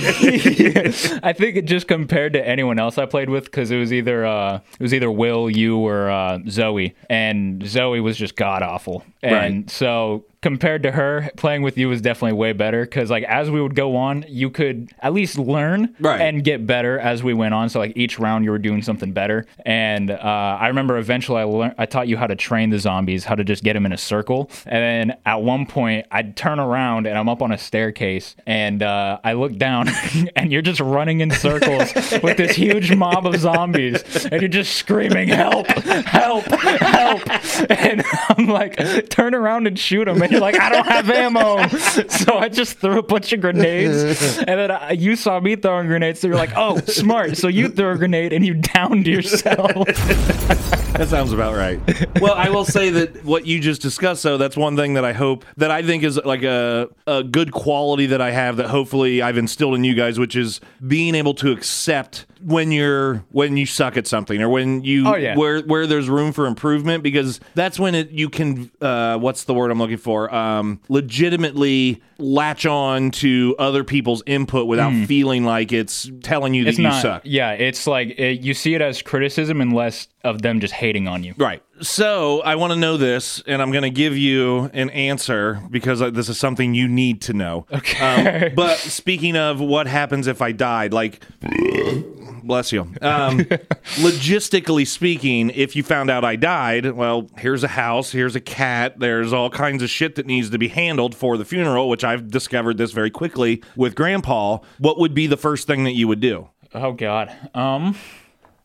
[SPEAKER 1] (laughs)
[SPEAKER 2] think I think it just compared to anyone else I played with because it was either uh, it was either Will, you, or uh, Zoe, and Zoe was just god awful, and
[SPEAKER 1] Right.
[SPEAKER 2] so compared to her, playing with you was definitely way better because like as we would go on, you could at least learn
[SPEAKER 3] Right.
[SPEAKER 2] and get better as we went on. So like each round, you were doing something better, and uh, I remember eventually I learned I taught you how to train the zombies, how to just get them in a circle, and then at one point I'd turn around and I'm up on a staircase, and uh, I look down, (laughs) and you're just running in circles with this huge mob of zombies, and you're just screaming help, help, help, and I'm like turn around and shoot them, and you're like, I don't have ammo. so I just threw a bunch of grenades. And then I, you saw me throwing grenades. So you're like, oh, smart. So you threw a grenade and you
[SPEAKER 1] (laughs)
[SPEAKER 2] downed yourself.
[SPEAKER 1] That sounds about right. (laughs) Well, I will say that what you just discussed, though, that's one thing that I hope that I think is like a, a good quality that I have that hopefully I've instilled in you guys, which is being able to accept when you're when you suck at something or when you
[SPEAKER 2] Oh, yeah.
[SPEAKER 1] where where there's room for improvement because that's when it you can uh, what's the word I'm looking for um, legitimately latch on to other people's input without
[SPEAKER 2] Hmm.
[SPEAKER 1] feeling like it's telling you that you suck.
[SPEAKER 2] Yeah, it's like it, you see it as criticism and less of them just hating on you.
[SPEAKER 1] Right. So I want to know this, and I'm going to give you an answer because uh, this is something you need to know. Okay. Um, but speaking of what happens if I died, like, bless you. Um, logistically speaking, if you found out I died, well, here's a house, here's a cat, there's all kinds of shit that needs to be handled for the funeral, which I've discovered this very quickly with Grandpa. What would be the first thing that you would do?
[SPEAKER 2] Oh God. Um.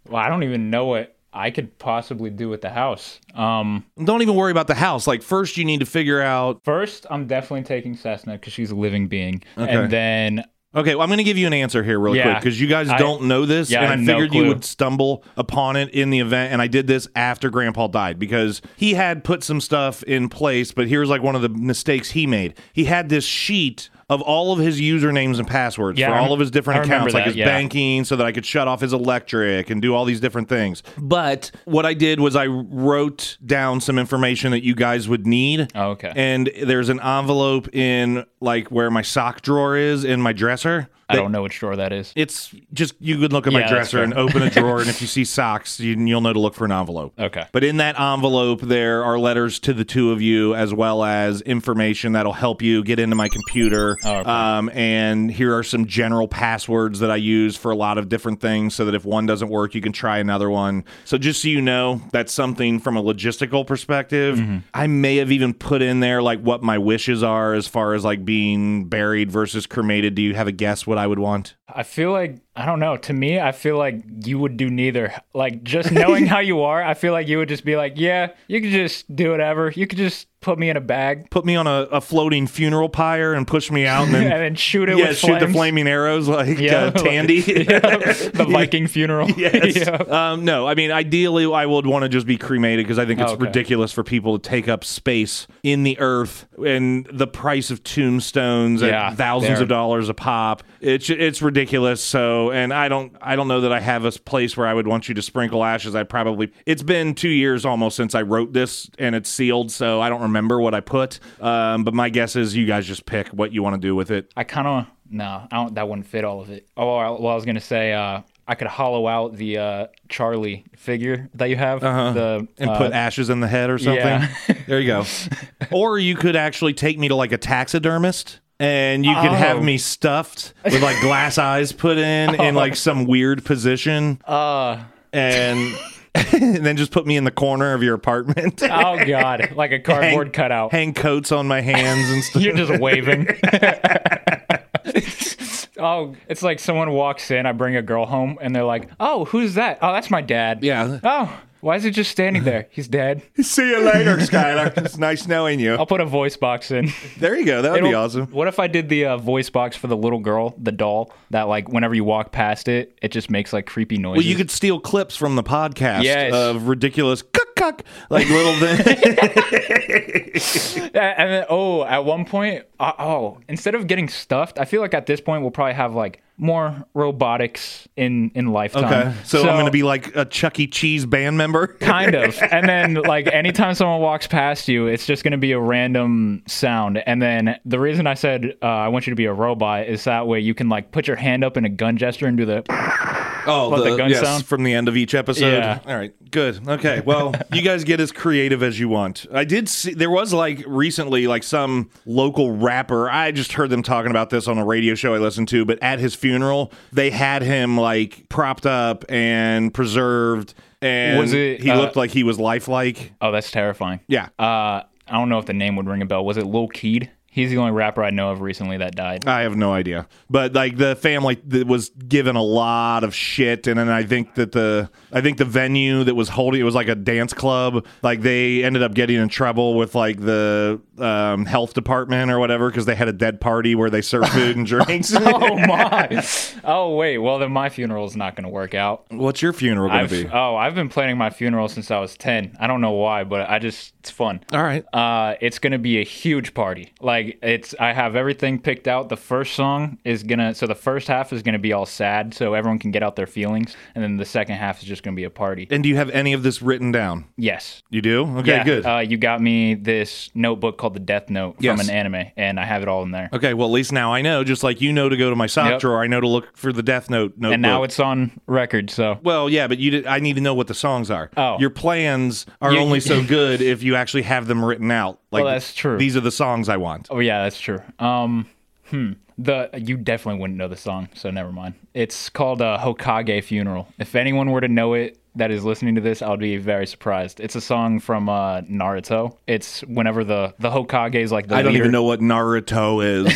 [SPEAKER 2] Well, I don't even know what I could possibly do with the house. Um.
[SPEAKER 1] Don't even worry about the house. Like, first, you need to figure out
[SPEAKER 2] First, I'm definitely taking Cessna because she's a living being,
[SPEAKER 1] Okay.
[SPEAKER 2] and then
[SPEAKER 1] Okay, well, I'm going to give you an answer here really
[SPEAKER 2] Yeah.
[SPEAKER 1] quick because you guys
[SPEAKER 2] I-
[SPEAKER 1] don't know this,
[SPEAKER 2] Yeah, I
[SPEAKER 1] and I
[SPEAKER 2] have no
[SPEAKER 1] figured you
[SPEAKER 2] clue.
[SPEAKER 1] would stumble upon it in the event. And I did this after Grandpa died because he had put some stuff in place, but here's like one of the mistakes he made. He had this sheet of all of his usernames and passwords
[SPEAKER 2] Yeah,
[SPEAKER 1] for
[SPEAKER 2] I rem-
[SPEAKER 1] all of his
[SPEAKER 2] I
[SPEAKER 1] different
[SPEAKER 2] remember
[SPEAKER 1] accounts, like
[SPEAKER 2] that,
[SPEAKER 1] his
[SPEAKER 2] yeah.
[SPEAKER 1] banking, so that I could shut off his electric and do all these different things. But what I did was I wrote down some information that you guys would need.
[SPEAKER 2] Oh, okay.
[SPEAKER 1] And there's an envelope in like where my sock drawer is in my dresser
[SPEAKER 2] I don't know which drawer that is.
[SPEAKER 1] it's just you could look at my
[SPEAKER 2] Yeah, that's
[SPEAKER 1] dresser
[SPEAKER 2] fair.
[SPEAKER 1] and open a drawer, and if
[SPEAKER 2] (laughs)
[SPEAKER 1] you see socks, you, you'll know to look for an envelope.
[SPEAKER 2] Okay.
[SPEAKER 1] But in that envelope, there are letters to the two of you, as well as information that'll help you get into my computer.
[SPEAKER 2] Oh, okay.
[SPEAKER 1] Um, and here are some general passwords that I use for a lot of different things, so that if one doesn't work, you can try another one. So just so you know, that's something from a logistical perspective.
[SPEAKER 2] Mm-hmm.
[SPEAKER 1] I may have even put in there like what my wishes are as far as like being buried versus cremated. Do you have a guess what I would want?
[SPEAKER 2] I feel like I don't know. To me, I feel like you would do neither. Like just knowing how you are, I feel like you would just be like, yeah, you could just do whatever. You could just put me in a bag
[SPEAKER 1] put me on a, a floating funeral pyre and push me out and
[SPEAKER 2] (laughs)
[SPEAKER 1] then
[SPEAKER 2] and then shoot it
[SPEAKER 1] yeah,
[SPEAKER 2] with
[SPEAKER 1] shoot the
[SPEAKER 2] flames.
[SPEAKER 1] flaming arrows like
[SPEAKER 2] Yeah, (laughs)
[SPEAKER 1] uh,
[SPEAKER 2] like-
[SPEAKER 1] Tandy. (laughs)
[SPEAKER 2] (laughs) the Viking funeral.
[SPEAKER 1] Yes.
[SPEAKER 2] (laughs) Yeah.
[SPEAKER 1] Um, no, I mean, ideally, I would want to just be cremated because I think it's
[SPEAKER 2] Okay.
[SPEAKER 1] ridiculous for people to take up space in the earth and the price of tombstones
[SPEAKER 2] Yeah,
[SPEAKER 1] at thousands
[SPEAKER 2] they're-
[SPEAKER 1] of dollars a pop. It's it's ridiculous. So, and I don't I don't know that I have a place where I would want you to sprinkle ashes. I probably it's been two years almost since I wrote this and it's sealed, so I don't remember what I put. Um, but my guess is you guys just pick what you want to do with it.
[SPEAKER 2] I kind of no, I don't. That wouldn't fit all of it. Oh, I- well, I was gonna say uh, I could hollow out the uh, Charlie figure that you have. The
[SPEAKER 1] Uh-huh. and
[SPEAKER 2] uh,
[SPEAKER 1] put ashes in the head or something.
[SPEAKER 2] yeah. (laughs)
[SPEAKER 1] There you go. or you could actually take me to like a taxidermist and you could have
[SPEAKER 2] Oh.
[SPEAKER 1] me stuffed with like glass eyes put in in
[SPEAKER 2] (laughs)
[SPEAKER 1] like some weird position
[SPEAKER 2] Oh. uh,
[SPEAKER 1] and (laughs) and then just put me in the corner of your apartment.
[SPEAKER 2] (laughs) oh god, like a cardboard
[SPEAKER 1] (laughs)
[SPEAKER 2] cutout.
[SPEAKER 1] Hang coats on my hands and
[SPEAKER 2] (laughs)
[SPEAKER 1] stuff.
[SPEAKER 2] You're
[SPEAKER 1] (laughs)
[SPEAKER 2] just waving. oh, it's like someone walks in. I bring a girl home, and they're like, "Oh, who's that? Oh, that's my dad.
[SPEAKER 1] Yeah.
[SPEAKER 2] Oh, why is he just
[SPEAKER 1] (laughs)
[SPEAKER 2] standing there? He's dead.
[SPEAKER 1] See you later,
[SPEAKER 2] (laughs)
[SPEAKER 1] Skylar. It's nice knowing you.
[SPEAKER 2] I'll put a voice box in.
[SPEAKER 1] There you go. That would be
[SPEAKER 2] Oh. It'll-
[SPEAKER 1] awesome.
[SPEAKER 2] What if I did the uh, voice box for the little girl, the doll, that like whenever you walk past it, it just makes like creepy noises.
[SPEAKER 1] Well, you could steal clips from the podcast
[SPEAKER 2] Yes.
[SPEAKER 1] of ridiculous cuck cuck like little (laughs) things.
[SPEAKER 2] A- and then oh, at one point, uh, oh, instead of getting stuffed, I feel like at this point we'll probably have like more robotics in in lifetime.
[SPEAKER 1] Okay. Um, So, I'm going to be like a Chuck E. Cheese band member.
[SPEAKER 2] (laughs) kind of. And then like anytime someone walks past you, it's just going to be a random sound. And then the reason I said uh, I want you to be a robot is that way you can like put your hand up in a gun gesture and do the
[SPEAKER 1] (laughs) Oh,
[SPEAKER 2] What, the gun
[SPEAKER 1] yes,
[SPEAKER 2] sound?
[SPEAKER 1] from the end of each episode.
[SPEAKER 2] Yeah.
[SPEAKER 1] All right. Good. Okay.
[SPEAKER 2] (laughs)
[SPEAKER 1] Well, you guys get as creative as you want. I did see there was like recently like some local rapper. I just heard them talking about this on a radio show I listened to, but at his funeral, they had him like propped up and preserved and
[SPEAKER 2] Was it,
[SPEAKER 1] he
[SPEAKER 2] uh,
[SPEAKER 1] looked like he was lifelike.
[SPEAKER 2] Oh, that's terrifying.
[SPEAKER 1] Yeah.
[SPEAKER 2] Uh, I don't know if the name would ring a bell. Was it Lil Keed? He's the only rapper I know of recently
[SPEAKER 1] (laughs)
[SPEAKER 2] that died. (laughs)
[SPEAKER 1] I have no idea. But like the family that was given a lot of shit and then I think that the I think the venue that was holding it was like a dance club, like they ended up getting in trouble with like the um, health department or whatever because they had a dead party where they served food
[SPEAKER 2] (laughs)
[SPEAKER 1] and drinks.
[SPEAKER 2] Oh my! Oh wait. Well, then my funeral is not going to work out.
[SPEAKER 1] (laughs) What's your funeral going
[SPEAKER 2] I've,
[SPEAKER 1] to be?
[SPEAKER 2] oh, I've been planning my funeral since I was ten. I don't know why, but I just it's fun.
[SPEAKER 1] All right.
[SPEAKER 2] Uh, it's gonna be a huge party. Like it's, I have everything picked out. The first song is gonna, so the first half is gonna be all sad, so everyone can get out their feelings, and then the second half is just gonna be a party.
[SPEAKER 1] And do you have any of this written down?
[SPEAKER 2] Yes.
[SPEAKER 1] You do? Okay,
[SPEAKER 2] Yeah,
[SPEAKER 1] good.
[SPEAKER 2] Uh, you got me this notebook called the Death Note
[SPEAKER 1] Yes.
[SPEAKER 2] from an anime, and I have it all in there.
[SPEAKER 1] okay, well, at least now I know, just like you know to go to my sock
[SPEAKER 2] Yep.
[SPEAKER 1] drawer, I know to look for the Death Note notebook.
[SPEAKER 2] And now it's on record, so
[SPEAKER 1] Well, yeah, but you did, I need to know what the songs are.
[SPEAKER 2] Oh.
[SPEAKER 1] Your plans are
[SPEAKER 2] You- (laughs)
[SPEAKER 1] only so good if you actually have them written out. Like
[SPEAKER 2] Well, that's true.
[SPEAKER 1] These are the songs I want.
[SPEAKER 2] Oh yeah, that's true. Um, hmm. The you definitely wouldn't know the song, so never mind. It's called uh, Hokage Funeral. If anyone were to know it that is listening to this, I would be very surprised. It's a song from uh, Naruto. It's whenever the the Hokage is like the
[SPEAKER 1] I don't
[SPEAKER 2] leader.
[SPEAKER 1] even know what Naruto is.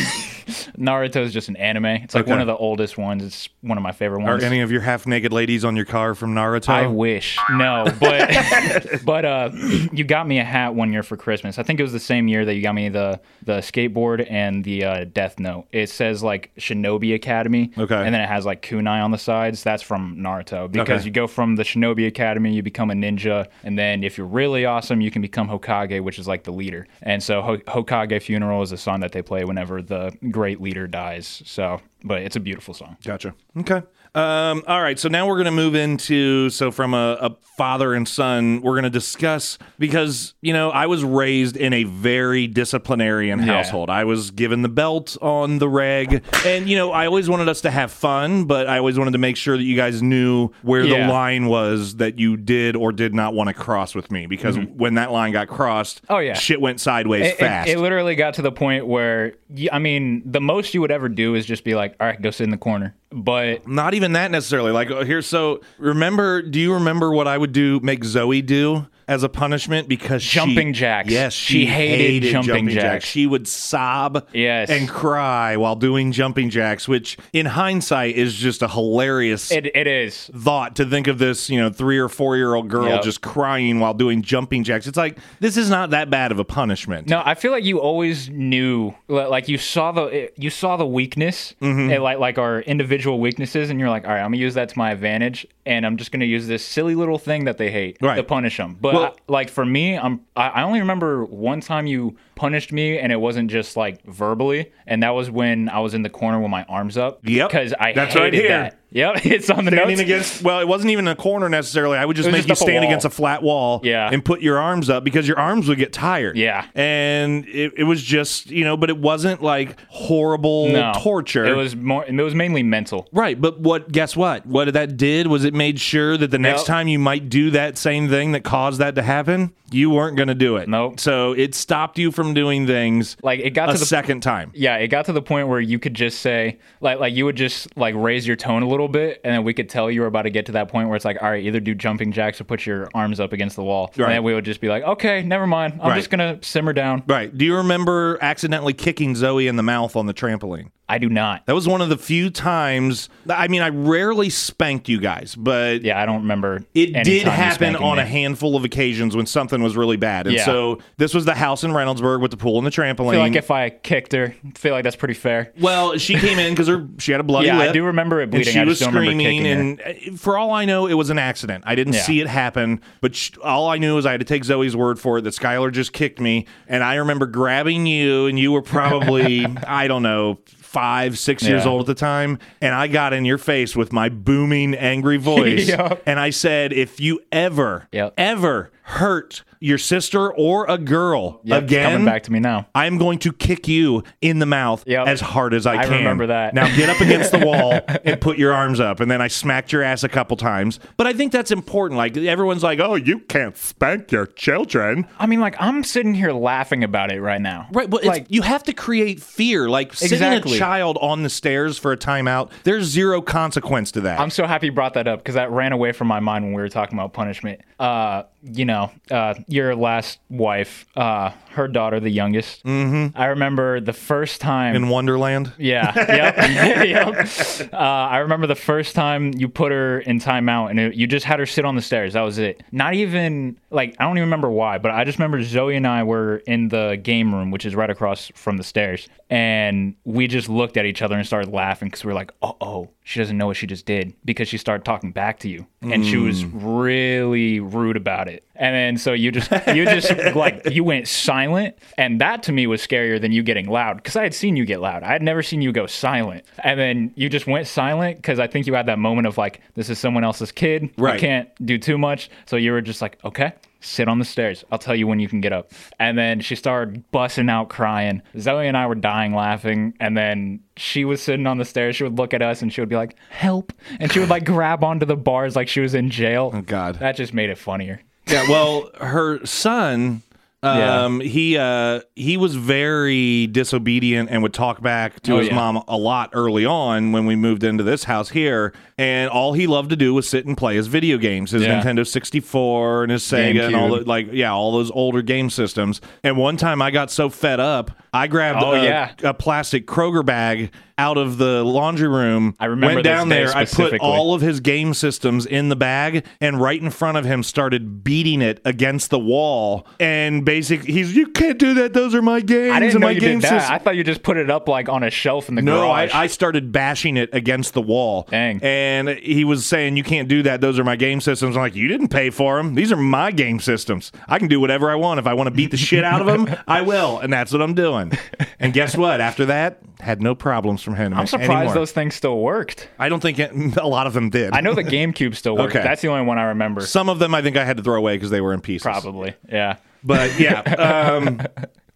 [SPEAKER 2] Naruto is just an anime. It's like
[SPEAKER 1] Okay.
[SPEAKER 2] one of the oldest ones. It's one of my favorite
[SPEAKER 1] (laughs) are
[SPEAKER 2] ones.
[SPEAKER 1] any of your half naked ladies on your car from Naruto?
[SPEAKER 2] I wish. No, but (laughs) but uh, you got me a hat one year for Christmas. I think it was the same year that you got me the the skateboard and the uh, Death Note. It says like Shinobi Academy.
[SPEAKER 1] Okay.
[SPEAKER 2] And then it has like kunai on the sides. That's from Naruto because
[SPEAKER 1] Okay.
[SPEAKER 2] you go from the Shinobi Academy, you become a ninja, and then if you're really awesome, you can become Hokage, which is like the leader. And so Ho- Hokage Funeral is a song that they play whenever the great leader dies. So, but it's a beautiful song.
[SPEAKER 1] Gotcha. Okay. Um, all right. So now we're going to move into so from a, a father and son, we're going to discuss because you know I was raised in a very disciplinarian household. I was given the belt on the reg, and you know I always wanted us to have fun, but I always wanted to make sure that you guys knew where
[SPEAKER 2] Yeah.
[SPEAKER 1] the line was that you did or did not want to cross with me because when that line got crossed,
[SPEAKER 2] Mm-hmm. Oh, yeah.
[SPEAKER 1] shit went sideways
[SPEAKER 2] It- it-
[SPEAKER 1] fast.
[SPEAKER 2] It, literally got to the point where, y- I mean, the most you would ever do is just be like, all right, go sit in the corner. But
[SPEAKER 1] Not even that necessarily. Like oh, here, so remember? Do you remember what I would do? Make Zoe do as a punishment because she-
[SPEAKER 2] Jumping jacks.
[SPEAKER 1] Yes, she,
[SPEAKER 2] She hated jumping jacks.
[SPEAKER 1] She would sob,
[SPEAKER 2] Yes.
[SPEAKER 1] and cry while doing jumping jacks, which in hindsight is just a hilarious
[SPEAKER 2] it, it is.
[SPEAKER 1] thought to think of this, you know, three or four year old girl
[SPEAKER 2] Yep.
[SPEAKER 1] just crying while doing jumping jacks. It's like this is not that bad of a punishment.
[SPEAKER 2] No, I feel like you always knew, li- like you saw the it- you saw the weakness,
[SPEAKER 1] Mm-hmm.
[SPEAKER 2] and like like our individual weaknesses, and you're like, all right, I'm gonna use that to my advantage, and I'm just gonna use this silly little thing that they hate
[SPEAKER 1] Right.
[SPEAKER 2] to punish them. But
[SPEAKER 1] Well-
[SPEAKER 2] I- like for me, I'm I, I only remember one time you punished me, and it wasn't just like verbally, and that was when I was in the corner with my arms up.
[SPEAKER 1] Yep.
[SPEAKER 2] because I
[SPEAKER 1] That's right
[SPEAKER 2] hated
[SPEAKER 1] here.
[SPEAKER 2] that. Yep, (laughs) it's on the
[SPEAKER 1] Standing
[SPEAKER 2] notes.
[SPEAKER 1] against, well, it wasn't even a corner necessarily. I would just
[SPEAKER 2] was
[SPEAKER 1] make
[SPEAKER 2] just
[SPEAKER 1] you
[SPEAKER 2] up a
[SPEAKER 1] stand
[SPEAKER 2] wall.
[SPEAKER 1] against a flat wall
[SPEAKER 2] Yeah.
[SPEAKER 1] and put your arms up because your arms would get tired.
[SPEAKER 2] Yeah.
[SPEAKER 1] And it, it was just, you know, but it wasn't like horrible
[SPEAKER 2] No.
[SPEAKER 1] torture.
[SPEAKER 2] It was more. It was mainly mental.
[SPEAKER 1] Right, but what? Guess what? What that did was it made sure that the next
[SPEAKER 2] Yep.
[SPEAKER 1] time you might do that same thing that caused that to happen, you weren't going to do it.
[SPEAKER 2] Nope.
[SPEAKER 1] So it stopped you from doing things
[SPEAKER 2] Like it got
[SPEAKER 1] a
[SPEAKER 2] to the
[SPEAKER 1] second time.
[SPEAKER 2] yeah, it got to the point where you could just say like like you would just like raise your tone a little bit, and then we could tell you were about to get to that point where it's like, all right, either do jumping jacks or put your arms up against the wall,
[SPEAKER 1] Right.
[SPEAKER 2] and then we would just be like, okay, never mind, I'm
[SPEAKER 1] Right.
[SPEAKER 2] just gonna simmer down.
[SPEAKER 1] Right. Do you remember accidentally kicking Zoe in the mouth on the trampoline?
[SPEAKER 2] I do not.
[SPEAKER 1] That was one of the few times. I mean, I rarely spanked you guys, but
[SPEAKER 2] Yeah, I don't remember.
[SPEAKER 1] it
[SPEAKER 2] any
[SPEAKER 1] did
[SPEAKER 2] time you
[SPEAKER 1] happen
[SPEAKER 2] spanking
[SPEAKER 1] on
[SPEAKER 2] me.
[SPEAKER 1] a handful of occasions when something was really bad. And
[SPEAKER 2] Yeah.
[SPEAKER 1] so this was the house in Reynoldsburg with the pool and the trampoline.
[SPEAKER 2] I feel like if I kicked her, I feel like that's pretty fair.
[SPEAKER 1] well, she came in because she had a bloody
[SPEAKER 2] Yeah, I
[SPEAKER 1] lip,
[SPEAKER 2] do remember it
[SPEAKER 1] And
[SPEAKER 2] bleeding.
[SPEAKER 1] she
[SPEAKER 2] I
[SPEAKER 1] was
[SPEAKER 2] just don't remember
[SPEAKER 1] screaming,
[SPEAKER 2] kicking her.
[SPEAKER 1] and uh, for all I know, it was an accident. I didn't
[SPEAKER 2] Yeah.
[SPEAKER 1] see it happen, but sh- all I knew is I had to take Zoe's word for it that Skylar just kicked me. And I remember grabbing you, and you were
[SPEAKER 2] (laughs)
[SPEAKER 1] probably, I don't know, five, six years
[SPEAKER 2] Yeah.
[SPEAKER 1] old at the time. And I got in your face with my booming,
[SPEAKER 2] (laughs)
[SPEAKER 1] angry voice.
[SPEAKER 2] Yep.
[SPEAKER 1] And I said, if you ever,
[SPEAKER 2] Yep.
[SPEAKER 1] ever hurt your sister or a girl
[SPEAKER 2] Yep, it's
[SPEAKER 1] again,
[SPEAKER 2] coming back to me now.
[SPEAKER 1] I am going to kick you in the mouth
[SPEAKER 2] Yep.
[SPEAKER 1] as hard as I,
[SPEAKER 2] I
[SPEAKER 1] can.
[SPEAKER 2] remember that.
[SPEAKER 1] Now get up against
[SPEAKER 2] (laughs)
[SPEAKER 1] the wall and put your arms up. And then I smacked your ass a couple times. But I think that's important. Like everyone's like, oh, you can't spank your children.
[SPEAKER 2] I mean, like I'm sitting here laughing about it right now.
[SPEAKER 1] Right, but
[SPEAKER 2] like
[SPEAKER 1] it's, you have to create fear. Like sending a
[SPEAKER 2] Exactly.
[SPEAKER 1] child on the stairs for a timeout, there's zero consequence to that.
[SPEAKER 2] I'm so happy you brought that up because that ran away from my mind when we were talking about punishment. Uh, you know, uh, your last wife, uh, her daughter, the youngest. Mm-hmm. I remember the first time.
[SPEAKER 1] in Wonderland.
[SPEAKER 2] yeah. Yep. (laughs) yep. Uh, I remember the first time you put her in timeout and it, you just had her sit on the stairs. That was it. Not even, like, I don't even remember why, but I just remember Zoe and I were in the game room, which is right across from the stairs. And we just looked at each other and started laughing because we were like, uh oh, she doesn't know what she just did because she started talking back to you. And she was really rude about it. And then so you just you just like you went silent, and that to me was scarier than you getting loud because I had seen you get loud. I had never seen you go silent, and then you just went silent because I think you had that moment of like, this is someone else's kid.
[SPEAKER 1] Right.
[SPEAKER 2] You can't do too much, so you were just like, okay. Sit on the stairs. I'll tell you when you can get up. And then she started busting out crying. Zoe and I were dying laughing. And then she was sitting on the stairs. She would look at us and she would be like, help. And she
[SPEAKER 1] (laughs)
[SPEAKER 2] would like grab onto the bars like she was in jail. Oh,
[SPEAKER 1] God.
[SPEAKER 2] That just made it funnier.
[SPEAKER 1] Yeah, well, her son, um, he uh, he was very disobedient and would talk back to
[SPEAKER 2] Oh,
[SPEAKER 1] his
[SPEAKER 2] yeah.
[SPEAKER 1] mom a lot early on when we moved into this house here. And all he loved to do was sit and play his video games, his
[SPEAKER 2] Yeah.
[SPEAKER 1] Nintendo 64 and his Sega and all the,
[SPEAKER 2] GameCube.
[SPEAKER 1] like yeah, all those older game systems. And one time I got so fed up, I grabbed
[SPEAKER 2] Oh,
[SPEAKER 1] a,
[SPEAKER 2] yeah.
[SPEAKER 1] a plastic Kroger bag out of the laundry room. I
[SPEAKER 2] remember
[SPEAKER 1] went
[SPEAKER 2] this
[SPEAKER 1] down
[SPEAKER 2] day
[SPEAKER 1] there. I put
[SPEAKER 2] specifically.
[SPEAKER 1] all all of his game systems in the bag and right in front of him started beating it against the wall and basically he's you can't do that those are my games
[SPEAKER 2] I didn't
[SPEAKER 1] and
[SPEAKER 2] know
[SPEAKER 1] my
[SPEAKER 2] you
[SPEAKER 1] game
[SPEAKER 2] did that.
[SPEAKER 1] sys-"
[SPEAKER 2] I thought you just put it up like on a shelf in the
[SPEAKER 1] no,
[SPEAKER 2] garage.
[SPEAKER 1] I, I started bashing it against the wall.
[SPEAKER 2] Dang.
[SPEAKER 1] And he was saying, You can't do that. Those are my game systems. I'm like, You didn't pay for them. These are my game systems. I can do whatever I want. If I want to beat the shit out of
[SPEAKER 2] (laughs)
[SPEAKER 1] them, I will. And that's what I'm doing. And guess what? After that, had no problems from him.
[SPEAKER 2] am surprised those things still worked.
[SPEAKER 1] I don't think it, a (laughs) lot of them did. (laughs)
[SPEAKER 2] I know the GameCube still worked.
[SPEAKER 1] Okay.
[SPEAKER 2] That's the only one I remember.
[SPEAKER 1] Some of them I think I had to throw away because they were in pieces.
[SPEAKER 2] Probably. Yeah.
[SPEAKER 1] But
[SPEAKER 2] (laughs)
[SPEAKER 1] yeah. Um,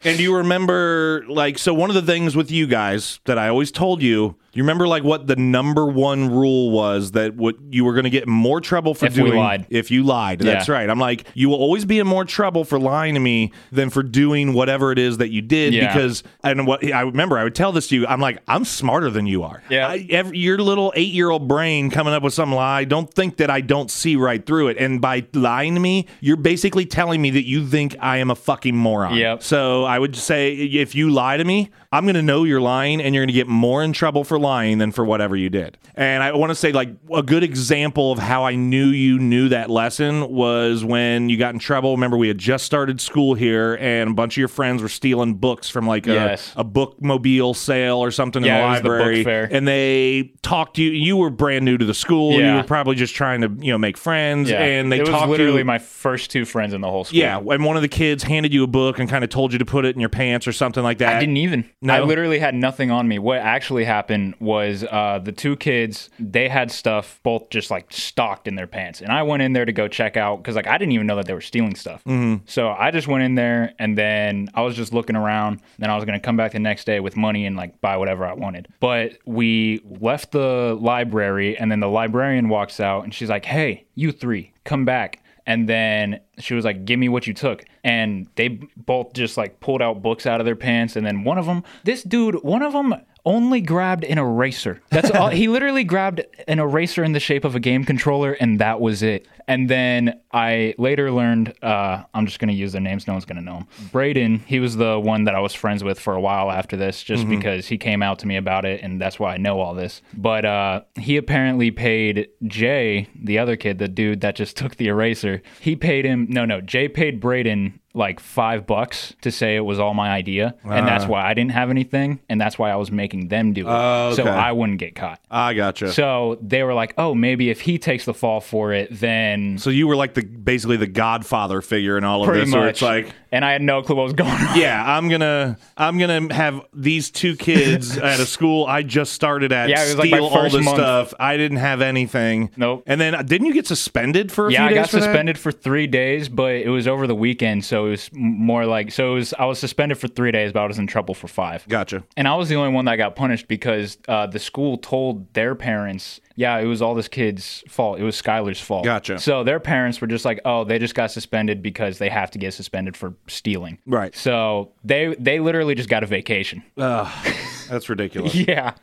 [SPEAKER 1] and do you remember, like, so one of the things with you guys that I always told you, you remember, like, what the number one rule was that what you were going to get in more trouble for
[SPEAKER 2] If we
[SPEAKER 1] doing
[SPEAKER 2] lied.
[SPEAKER 1] if you lied. That's
[SPEAKER 2] Yeah.
[SPEAKER 1] right. I'm like, you will always be in more trouble for lying to me than for doing whatever it is that you did
[SPEAKER 2] Yeah.
[SPEAKER 1] because and what I remember I would tell this to you. I'm like, I'm smarter than you are.
[SPEAKER 2] Yeah.
[SPEAKER 1] I, every, your little eight year old brain coming up with some lie. Don't think that I don't see right through it. And by lying to me, you're basically telling me that you think I am a fucking moron.
[SPEAKER 2] Yep.
[SPEAKER 1] So I would say if you lie to me, I'm going to know you're lying and you're going to get more in trouble for lying than for whatever you did. And I want to say, like, a good example of how I knew you knew that lesson was when you got in trouble. Remember, we had just started school here and a bunch of your friends were stealing books from like a,
[SPEAKER 2] Yes.
[SPEAKER 1] a bookmobile sale or something in the
[SPEAKER 2] Yeah, it was the book
[SPEAKER 1] library.
[SPEAKER 2] fair.
[SPEAKER 1] And they talked to you. You were brand new to the school. You
[SPEAKER 2] Yeah.
[SPEAKER 1] were probably just trying to, you know, make friends.
[SPEAKER 2] Yeah.
[SPEAKER 1] And they
[SPEAKER 2] it was
[SPEAKER 1] talked to
[SPEAKER 2] literally
[SPEAKER 1] you.
[SPEAKER 2] my first two friends in the whole school.
[SPEAKER 1] Yeah, and one of the kids handed you a book and kind of told you to put it in your pants or something like that.
[SPEAKER 2] I didn't e- even.
[SPEAKER 1] No?
[SPEAKER 2] I literally had nothing on me. What actually happened was uh, the two kids, they had stuff both just like stocked in their pants. And I went in there to go check out because like I didn't even know that they were stealing stuff.
[SPEAKER 1] Mm-hmm.
[SPEAKER 2] So I just went in there and then I was just looking around. Then I was going to come back the next day with money and like buy whatever I wanted. But we left the library and then the librarian walks out and she's like, hey, you three, come back. And then she was like, "Give me what you took." And they both just like pulled out books out of their pants. And then one of them, this dude, one of them only grabbed an eraser. That's all. he literally grabbed an eraser in the shape of a game controller, and that was it. And then I later learned, uh, I'm just gonna use their names. No one's gonna know them. Braden, he was the one that I was friends with for a while after this, just
[SPEAKER 1] Mm-hmm.
[SPEAKER 2] because he came out to me about it, and that's why I know all this. But uh, he apparently paid Jay, the other kid, the dude that just (laughs) took the eraser. He paid him. No, no, Jay paid Braden like five bucks to say it was all my idea, and
[SPEAKER 1] Ah.
[SPEAKER 2] that's why I didn't have anything, and that's why I was making them do it, so
[SPEAKER 1] Oh, okay.
[SPEAKER 2] I wouldn't get caught.
[SPEAKER 1] I gotcha. So,
[SPEAKER 2] So they were like, "Oh, maybe if he takes the fall for it, then."
[SPEAKER 1] you were like the basically the godfather figure in all of
[SPEAKER 2] Pretty
[SPEAKER 1] this, where
[SPEAKER 2] much,
[SPEAKER 1] it's like,
[SPEAKER 2] and I had no clue what was (laughs) going on.
[SPEAKER 1] yeah, I'm gonna I'm gonna have these two
[SPEAKER 2] (laughs)
[SPEAKER 1] kids at a school I just started at
[SPEAKER 2] Yeah, it was, like,
[SPEAKER 1] steal
[SPEAKER 2] my
[SPEAKER 1] all
[SPEAKER 2] first
[SPEAKER 1] this
[SPEAKER 2] month.
[SPEAKER 1] stuff. I didn't have anything.
[SPEAKER 2] Nope.
[SPEAKER 1] And then uh, didn't you get suspended for a
[SPEAKER 2] yeah,
[SPEAKER 1] few
[SPEAKER 2] I
[SPEAKER 1] days
[SPEAKER 2] got
[SPEAKER 1] for that?
[SPEAKER 2] suspended for three days, but it was over the weekend, so it was m- more like so. It was I was suspended for three days, but I was in trouble for five.
[SPEAKER 1] Gotcha.
[SPEAKER 2] And I was the only one that got punished because uh, the school told their parents, yeah, it was all this kid's fault. It was Skylar's fault.
[SPEAKER 1] Gotcha.
[SPEAKER 2] So their parents were just like, oh, they just got suspended because they have to get suspended for stealing.
[SPEAKER 1] Right.
[SPEAKER 2] So they they literally just got a vacation.
[SPEAKER 1] That's ridiculous.
[SPEAKER 2] (laughs) yeah.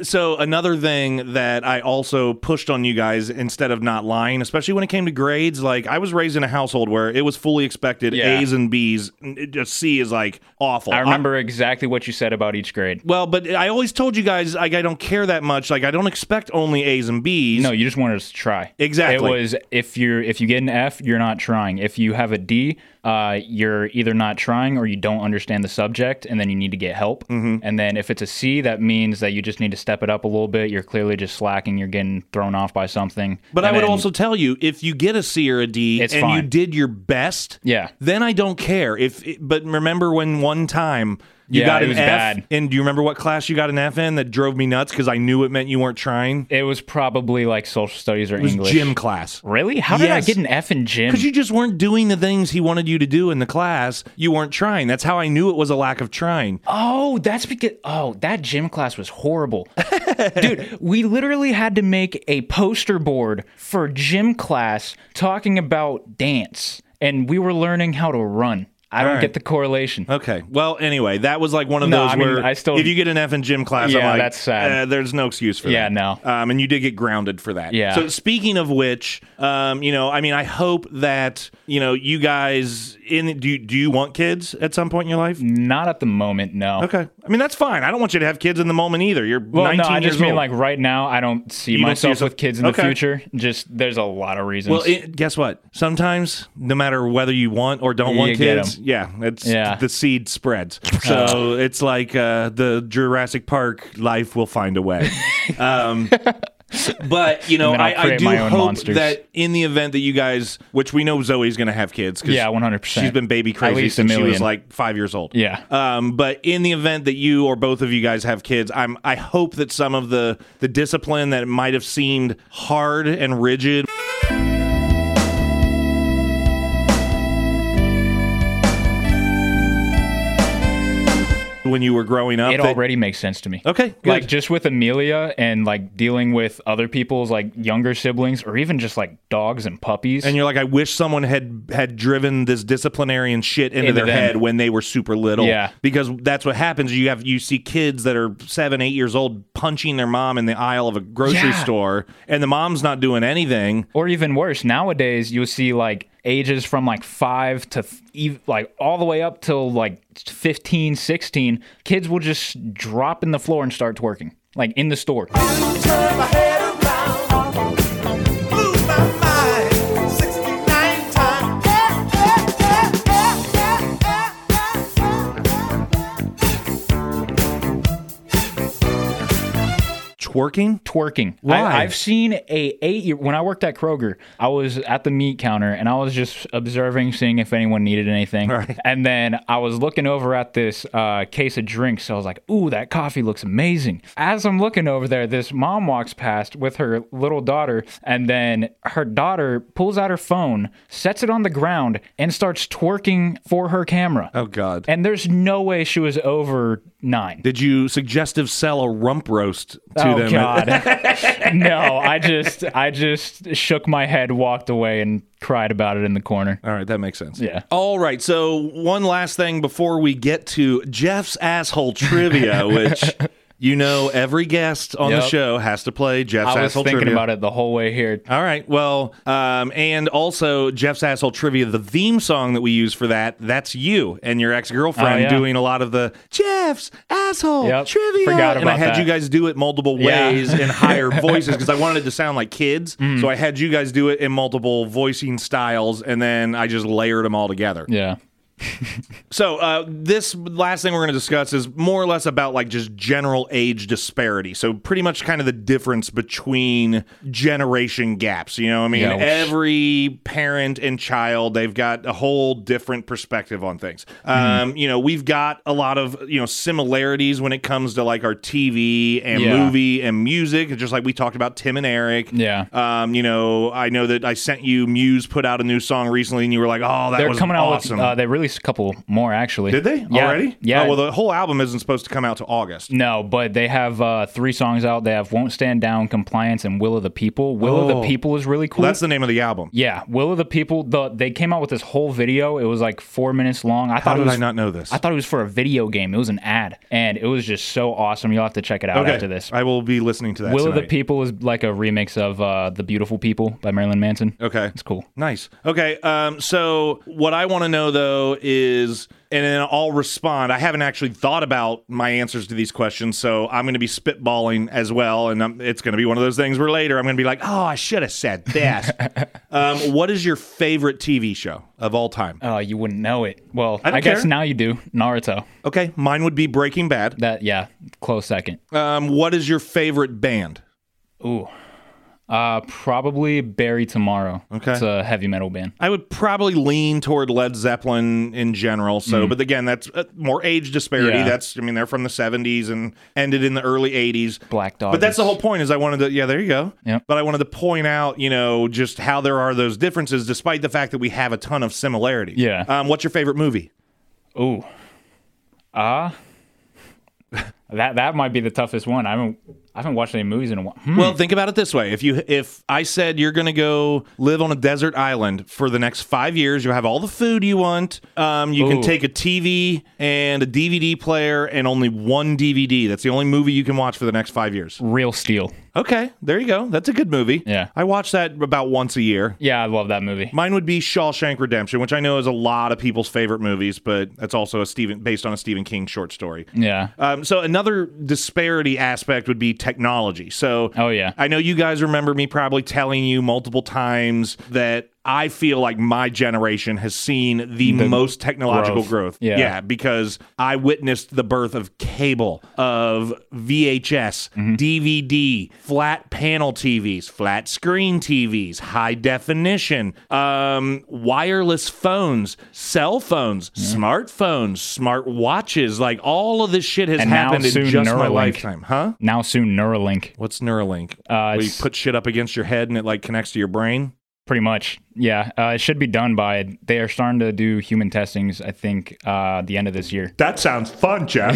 [SPEAKER 1] So another thing that I also pushed on you guys instead of not lying, especially when it came to grades, like I was raised in a household where it was fully expected
[SPEAKER 2] Yeah.
[SPEAKER 1] A's and B's. N- A C is like awful.
[SPEAKER 2] I remember exactly what you said about each grade.
[SPEAKER 1] well, but I always told you guys like I don't care that much. Like I don't expect only A's and B's.
[SPEAKER 2] No, you just wanted us to try.
[SPEAKER 1] Exactly.
[SPEAKER 2] It was if you're if you get an F, you're not trying. If you have a D, uh, you're either not trying or you don't understand the subject, and then you need to get help.
[SPEAKER 1] Mm-hmm.
[SPEAKER 2] And then if it's a C, that means that you just need to step it up a little bit. You're clearly just slacking. You're getting thrown off by something.
[SPEAKER 1] But
[SPEAKER 2] And
[SPEAKER 1] I would
[SPEAKER 2] then-
[SPEAKER 1] also tell you if you get a C or a D
[SPEAKER 2] It's
[SPEAKER 1] and you
[SPEAKER 2] fine.
[SPEAKER 1] did your best,
[SPEAKER 2] Yeah.
[SPEAKER 1] then I don't care. If but remember when one time you
[SPEAKER 2] Yeah,
[SPEAKER 1] got
[SPEAKER 2] it
[SPEAKER 1] an
[SPEAKER 2] was
[SPEAKER 1] F,
[SPEAKER 2] bad.
[SPEAKER 1] and do you remember what class you got an F in that drove me nuts because I knew it meant you weren't trying?
[SPEAKER 2] it was probably like social studies or
[SPEAKER 1] It was
[SPEAKER 2] English.
[SPEAKER 1] gym class.
[SPEAKER 2] Really? How did
[SPEAKER 1] Yes.
[SPEAKER 2] I get an F in gym?
[SPEAKER 1] Because you just weren't doing the things he wanted you to do in the class. You weren't trying. That's how I knew it was a lack of trying.
[SPEAKER 2] Oh, that's because oh, that gym class was horrible. Dude, we literally had to make a poster board for gym class talking about dance and we were learning how to run. I don't
[SPEAKER 1] right.
[SPEAKER 2] get the correlation.
[SPEAKER 1] Okay. Well, anyway, that was like one of
[SPEAKER 2] No,
[SPEAKER 1] those
[SPEAKER 2] I mean,
[SPEAKER 1] where
[SPEAKER 2] I still-
[SPEAKER 1] if you get an F in gym class, I'm
[SPEAKER 2] Yeah,
[SPEAKER 1] like,
[SPEAKER 2] that's sad.
[SPEAKER 1] eh, there's no excuse for
[SPEAKER 2] Yeah,
[SPEAKER 1] that.
[SPEAKER 2] no.
[SPEAKER 1] Um, and you did get grounded for that.
[SPEAKER 2] Yeah.
[SPEAKER 1] So speaking of which, um, you know, I mean, I hope that you know you guys in do you, do you want kids at some point in your life?
[SPEAKER 2] Not at the moment, no.
[SPEAKER 1] Okay. I mean, that's fine. I don't want you to have kids in the moment either. You're
[SPEAKER 2] Well,
[SPEAKER 1] 19
[SPEAKER 2] no, I
[SPEAKER 1] years
[SPEAKER 2] just mean
[SPEAKER 1] old.
[SPEAKER 2] like right now I don't see
[SPEAKER 1] don't see
[SPEAKER 2] myself
[SPEAKER 1] yourself-
[SPEAKER 2] with kids in
[SPEAKER 1] Okay.
[SPEAKER 2] the future. Just there's a lot of reasons.
[SPEAKER 1] Well, it, guess what? Sometimes, no matter whether you want or don't want
[SPEAKER 2] You get
[SPEAKER 1] kids, yeah, it's
[SPEAKER 2] Yeah.
[SPEAKER 1] the seed
[SPEAKER 2] (laughs)
[SPEAKER 1] spreads. So it's like uh, the Jurassic Park life will find a
[SPEAKER 2] (laughs)
[SPEAKER 1] way. um, but you know,
[SPEAKER 2] And then I'll
[SPEAKER 1] I, I
[SPEAKER 2] create
[SPEAKER 1] do
[SPEAKER 2] my own
[SPEAKER 1] hope
[SPEAKER 2] monsters.
[SPEAKER 1] that in the event that you guys, which we know Zoe's going to have kids, because
[SPEAKER 2] Yeah, 100%.
[SPEAKER 1] she's been baby
[SPEAKER 2] At
[SPEAKER 1] crazy
[SPEAKER 2] least a
[SPEAKER 1] since she was
[SPEAKER 2] million.
[SPEAKER 1] like five years old.
[SPEAKER 2] Yeah.
[SPEAKER 1] Um, but in the event that you or both of you guys have kids, I'm I hope that some of the the discipline that might have seemed hard and rigid when you were growing up.
[SPEAKER 2] it
[SPEAKER 1] that-
[SPEAKER 2] already makes sense to me.
[SPEAKER 1] okay, good.
[SPEAKER 2] like just with Amelia and like dealing with other people's like younger siblings or even just like dogs and puppies.
[SPEAKER 1] and you're like, I wish someone had had driven this disciplinarian shit into,
[SPEAKER 2] Into
[SPEAKER 1] their
[SPEAKER 2] them.
[SPEAKER 1] head when they were super little.
[SPEAKER 2] Yeah.
[SPEAKER 1] because that's what happens. You have you see kids that are seven, eight years old punching their mom in the aisle of a grocery
[SPEAKER 2] Yeah.
[SPEAKER 1] store, and the mom's not doing anything.
[SPEAKER 2] or even worse nowadays you'll see like ages from like 5 to th- ev- like all the way up till like 15 16 kids will just drop in the floor and start twerking like in the store
[SPEAKER 3] Turn my head around, lose my mind. Sixty-nine times. Yeah, yeah, yeah, yeah, yeah, yeah, yeah, yeah, yeah.
[SPEAKER 1] Twerking?
[SPEAKER 2] twerking.
[SPEAKER 1] Why?
[SPEAKER 2] I, I've seen a eight year when I worked at Kroger, I was at the meat counter and I was just observing, seeing if anyone needed anything.
[SPEAKER 1] Right.
[SPEAKER 2] And then I was looking over at this uh, case of drinks. So I was like, ooh, that coffee looks amazing. As I'm looking over there, this mom walks past with her little daughter, and then her daughter pulls out her phone, sets it on the ground, and starts twerking for her camera.
[SPEAKER 1] Oh God!
[SPEAKER 2] And there's no way she was over nine.
[SPEAKER 1] Did you suggestive sell a rump roast to
[SPEAKER 2] oh
[SPEAKER 1] them? (laughs)
[SPEAKER 2] God! no, I just I just shook my head, walked away, and cried about it in the corner.
[SPEAKER 1] All right, that makes sense.
[SPEAKER 2] Yeah.
[SPEAKER 1] All right. So one last thing before we get to Jeff's asshole
[SPEAKER 2] (laughs)
[SPEAKER 1] trivia, which you know every guest on the
[SPEAKER 2] Yep.
[SPEAKER 1] show has to play Jeff's
[SPEAKER 2] I was
[SPEAKER 1] asshole
[SPEAKER 2] thinking
[SPEAKER 1] trivia.
[SPEAKER 2] about it the whole way here.
[SPEAKER 1] All right. Well, um, and also Jeff's asshole trivia, the theme song that we use for that, that's you and your ex girlfriend
[SPEAKER 2] Oh, yeah.
[SPEAKER 1] doing a lot of the Jeff's asshole
[SPEAKER 2] Yep.
[SPEAKER 1] trivia.
[SPEAKER 2] Forgot
[SPEAKER 1] and I
[SPEAKER 2] about
[SPEAKER 1] had
[SPEAKER 2] that.
[SPEAKER 1] you guys do it multiple
[SPEAKER 2] Yeah. Mm-hmm.
[SPEAKER 1] ways
[SPEAKER 2] (laughs)
[SPEAKER 1] in higher voices because I wanted it to sound like kids. So I had you guys do it in multiple voicing styles, and then I just layered them all together.
[SPEAKER 2] Yeah.
[SPEAKER 1] So uh, this last thing we're going to discuss is more or less about like just general age disparity. So pretty much kind of the difference between generation gaps. You know, what I mean,
[SPEAKER 2] Yeah, which-
[SPEAKER 1] every parent and child they've got a whole different perspective on things.
[SPEAKER 2] Hmm.
[SPEAKER 1] Um, You know, we've got a lot of you know similarities when it comes to like our TV and
[SPEAKER 2] Yeah.
[SPEAKER 1] movie and music. Just like we talked about Tim and Eric.
[SPEAKER 2] Yeah.
[SPEAKER 1] Um, you know, I know that I sent you Muse put out a new song recently, and you were like, "Oh, that
[SPEAKER 2] They're
[SPEAKER 1] was
[SPEAKER 2] coming out
[SPEAKER 1] awesome."
[SPEAKER 2] with. Uh, they really released a couple more actually.
[SPEAKER 1] Did they
[SPEAKER 2] Yeah.
[SPEAKER 1] already?
[SPEAKER 2] Yeah.
[SPEAKER 1] Oh, well, the whole album isn't supposed to come out to August.
[SPEAKER 2] No, but they have uh, three songs out. They have "Won't Stand Down," "Compliance," and "Will of the People." "Will of
[SPEAKER 1] Oh.
[SPEAKER 2] the People" is really cool.
[SPEAKER 1] That's the name of the album.
[SPEAKER 2] yeah, "Will of the People." The, they came out with this whole video. It was like four minutes long. I
[SPEAKER 1] How
[SPEAKER 2] thought it
[SPEAKER 1] did
[SPEAKER 2] was,
[SPEAKER 1] I not know this?
[SPEAKER 2] I thought it was for a video game. It was an ad, and it was just so awesome. You'll have to check it out
[SPEAKER 1] okay,
[SPEAKER 2] after this.
[SPEAKER 1] I will be listening to that.
[SPEAKER 2] "Will of the
[SPEAKER 1] tonight.
[SPEAKER 2] People" is like a remix of uh, "The Beautiful People" by Marilyn Manson.
[SPEAKER 1] Okay.
[SPEAKER 2] it's cool.
[SPEAKER 1] Nice. Okay. Um, so what I want to know though is, and then I'll respond. I haven't actually thought about my answers to these questions, so I'm going to be spitballing as well, and i it's going to be one of those things where later I'm going to be like, "Oh, I should have said
[SPEAKER 2] (laughs)
[SPEAKER 1] this." um, what is your favorite TV show of all time?
[SPEAKER 2] Uh, you wouldn't know it. Well,
[SPEAKER 1] I
[SPEAKER 2] I,
[SPEAKER 1] don't
[SPEAKER 2] guess
[SPEAKER 1] care.
[SPEAKER 2] now you do. Naruto.
[SPEAKER 1] Okay, mine would be Breaking Bad.
[SPEAKER 2] That yeah, close second.
[SPEAKER 1] Um, what is your favorite band?
[SPEAKER 2] Ooh. Uh, probably Barry Tomorrow.
[SPEAKER 1] Okay.
[SPEAKER 2] It's a heavy metal band.
[SPEAKER 1] I would probably lean toward Led Zeppelin in general. So, but again, that's uh, more age disparity.
[SPEAKER 2] Mm-hmm. Yeah.
[SPEAKER 1] That's I mean, they're from the '70s and ended in the early '80s.
[SPEAKER 2] Black Dog.
[SPEAKER 1] But that's the
[SPEAKER 2] is-
[SPEAKER 1] whole point. Is I wanted to, yeah, there you go.
[SPEAKER 2] Yep.
[SPEAKER 1] But I wanted to point out, you know, just how there are those differences, despite the fact that we have a ton of similarities.
[SPEAKER 2] Yeah.
[SPEAKER 1] Um, what's your favorite movie?
[SPEAKER 2] Ooh. Ah. (laughs) that that might be the toughest one. I haven't I haven't watched any movies in a while. Hmm.
[SPEAKER 1] Well, think about it this way: if you, if I said you're going to go live on a desert island for the next five years, you have all the food you want. Um, you can
[SPEAKER 2] Ooh.
[SPEAKER 1] take a TV and a DVD player, and only one DVD. That's the only movie you can watch for the next five years.
[SPEAKER 2] Real Steel.
[SPEAKER 1] Okay, there you go. That's a good movie.
[SPEAKER 2] Yeah.
[SPEAKER 1] I watch that about once a year.
[SPEAKER 2] Yeah, I love that movie.
[SPEAKER 1] Mine would be Shawshank Redemption, which I know is a lot of people's favorite movies, but that's also a Stephen based on a Stephen King short story.
[SPEAKER 2] Yeah.
[SPEAKER 1] Um, so another disparity aspect would be technology. So
[SPEAKER 2] Oh, yeah.
[SPEAKER 1] I know you guys remember me probably telling you multiple times that I feel like my generation has seen the, most technological growth.
[SPEAKER 2] growth. Yeah.
[SPEAKER 1] because I witnessed the birth of cable, of VHS,
[SPEAKER 2] Mm-hmm.
[SPEAKER 1] DVD, flat panel TVs, flat screen TVs, high definition, um, wireless phones, cell phones,
[SPEAKER 2] Mm-hmm.
[SPEAKER 1] smartphones, smart watches. Like all of this shit has
[SPEAKER 2] And now
[SPEAKER 1] happened in
[SPEAKER 2] soon
[SPEAKER 1] just my
[SPEAKER 2] Neuralink.
[SPEAKER 1] lifetime, huh?
[SPEAKER 2] Now soon Neuralink.
[SPEAKER 1] What's Neuralink?
[SPEAKER 2] Uh,
[SPEAKER 1] Where you
[SPEAKER 2] it's-
[SPEAKER 1] put shit up against your head and it like connects to your brain.
[SPEAKER 2] Pretty much. Yeah. Uh, it should be done by they are starting to do human testings, I think, uh the end of this year.
[SPEAKER 1] That sounds fun,
[SPEAKER 2] (laughs)
[SPEAKER 1] Jeff.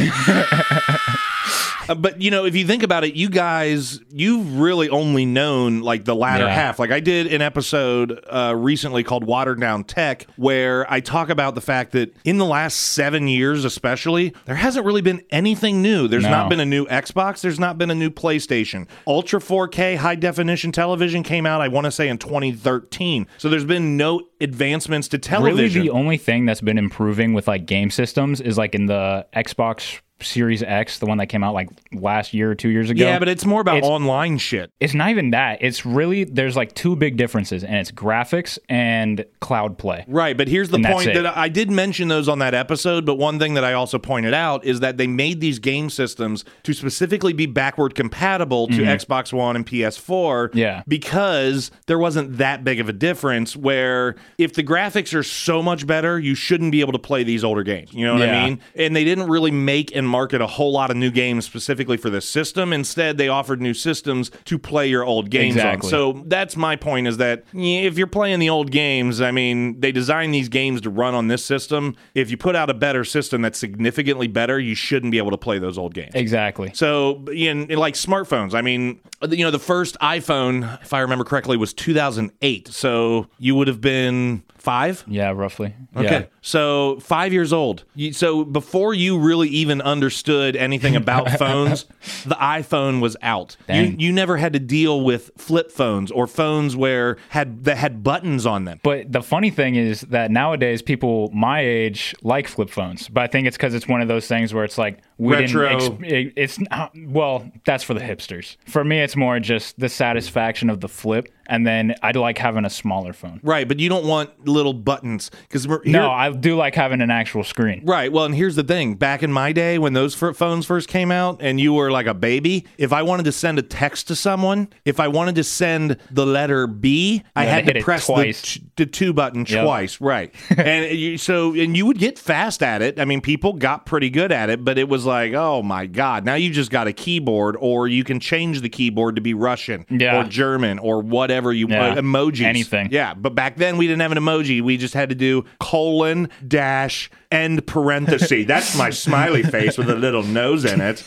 [SPEAKER 1] Uh, but you know, if you think about it, you guys, you've really only known like the latter
[SPEAKER 2] Yeah.
[SPEAKER 1] half. Like I did an episode uh, recently called "Watered Down Tech," where I talk about the fact that in the last seven years, especially, there hasn't really been anything new. There's
[SPEAKER 2] No.
[SPEAKER 1] not been a new Xbox. There's not been a new PlayStation. Ultra 4K high definition television came out, I want to say, in 2013. So there's been no advancements to
[SPEAKER 2] really
[SPEAKER 1] television.
[SPEAKER 2] the only thing that's been improving with like game systems is like in the Xbox Series X, the one that came out like last year or two years ago.
[SPEAKER 1] yeah, but it's more about
[SPEAKER 2] It's-
[SPEAKER 1] online shit.
[SPEAKER 2] it's not even that. It's really there's like two big differences, and it's graphics and cloud play.
[SPEAKER 1] Right, but here's the
[SPEAKER 2] And that's
[SPEAKER 1] point
[SPEAKER 2] it.
[SPEAKER 1] that I did mention those on that episode, but one thing that I also pointed out is that they made these game systems to specifically be backward compatible to Xbox One and PS4
[SPEAKER 2] Mm-hmm. Yeah.
[SPEAKER 1] because there wasn't that big of a difference where if the graphics are so much better, you shouldn't be able to play these older games. You know what I
[SPEAKER 2] Yeah.
[SPEAKER 1] mean? And they didn't really make and market a whole lot of new games specifically for this system. Instead, they offered new systems to play your old games on.
[SPEAKER 2] Exactly.
[SPEAKER 1] So so that's my point is that yeah, if you're playing the old games, I mean, they designed these games to run on this system. If you put out a better system that's significantly better, you shouldn't be able to play those old games.
[SPEAKER 2] Exactly.
[SPEAKER 1] So, b- in, in like smartphones, I mean, you know, the first iPhone, if I remember correctly, was 2008. So you would have been five?
[SPEAKER 2] Yeah, roughly.
[SPEAKER 1] Okay. So five years old. You, so before you really even understood anything
[SPEAKER 2] (laughs)
[SPEAKER 1] about phones, the iPhone was out. You,
[SPEAKER 2] Dang.
[SPEAKER 1] you never had to deal with flip phones or phones where had that had buttons on them.
[SPEAKER 2] But the funny thing is that nowadays people my age like flip phones, but I think it's because it's one of those things where it's like we
[SPEAKER 1] Retro.
[SPEAKER 2] didn't. Exp- it- it's not, well, that's for the hipsters. For me, it's more just the satisfaction of the flip, and then I like having a smaller phone.
[SPEAKER 1] Right, but you don't want little buttons because
[SPEAKER 2] No, I do like having an actual screen.
[SPEAKER 1] Right. Well, and here's the thing. Back in my day, when those fir- phones first came out, and you were like a baby, if I wanted to send a text to someone, if I wanted to send the letter B, I
[SPEAKER 2] You
[SPEAKER 1] had
[SPEAKER 2] had to hit
[SPEAKER 1] to
[SPEAKER 2] it
[SPEAKER 1] press the,
[SPEAKER 2] twice.
[SPEAKER 1] t- the two button
[SPEAKER 2] Yep.
[SPEAKER 1] twice.
[SPEAKER 2] (laughs)
[SPEAKER 1] Right. and you, so, and you would get fast at it. I mean, people got pretty good at it, but it was like, oh my god, now you just got a keyboard, or you can change the keyboard to be Russian
[SPEAKER 2] Yeah.
[SPEAKER 1] or German or whatever whatever you
[SPEAKER 2] Yeah.
[SPEAKER 1] uh, emojis,
[SPEAKER 2] Anything.
[SPEAKER 1] Yeah, but back then we didn't have an emoji. We just had to do colon dash end
[SPEAKER 2] (laughs)
[SPEAKER 1] parenthesis. That's my smiley face with a little nose in it.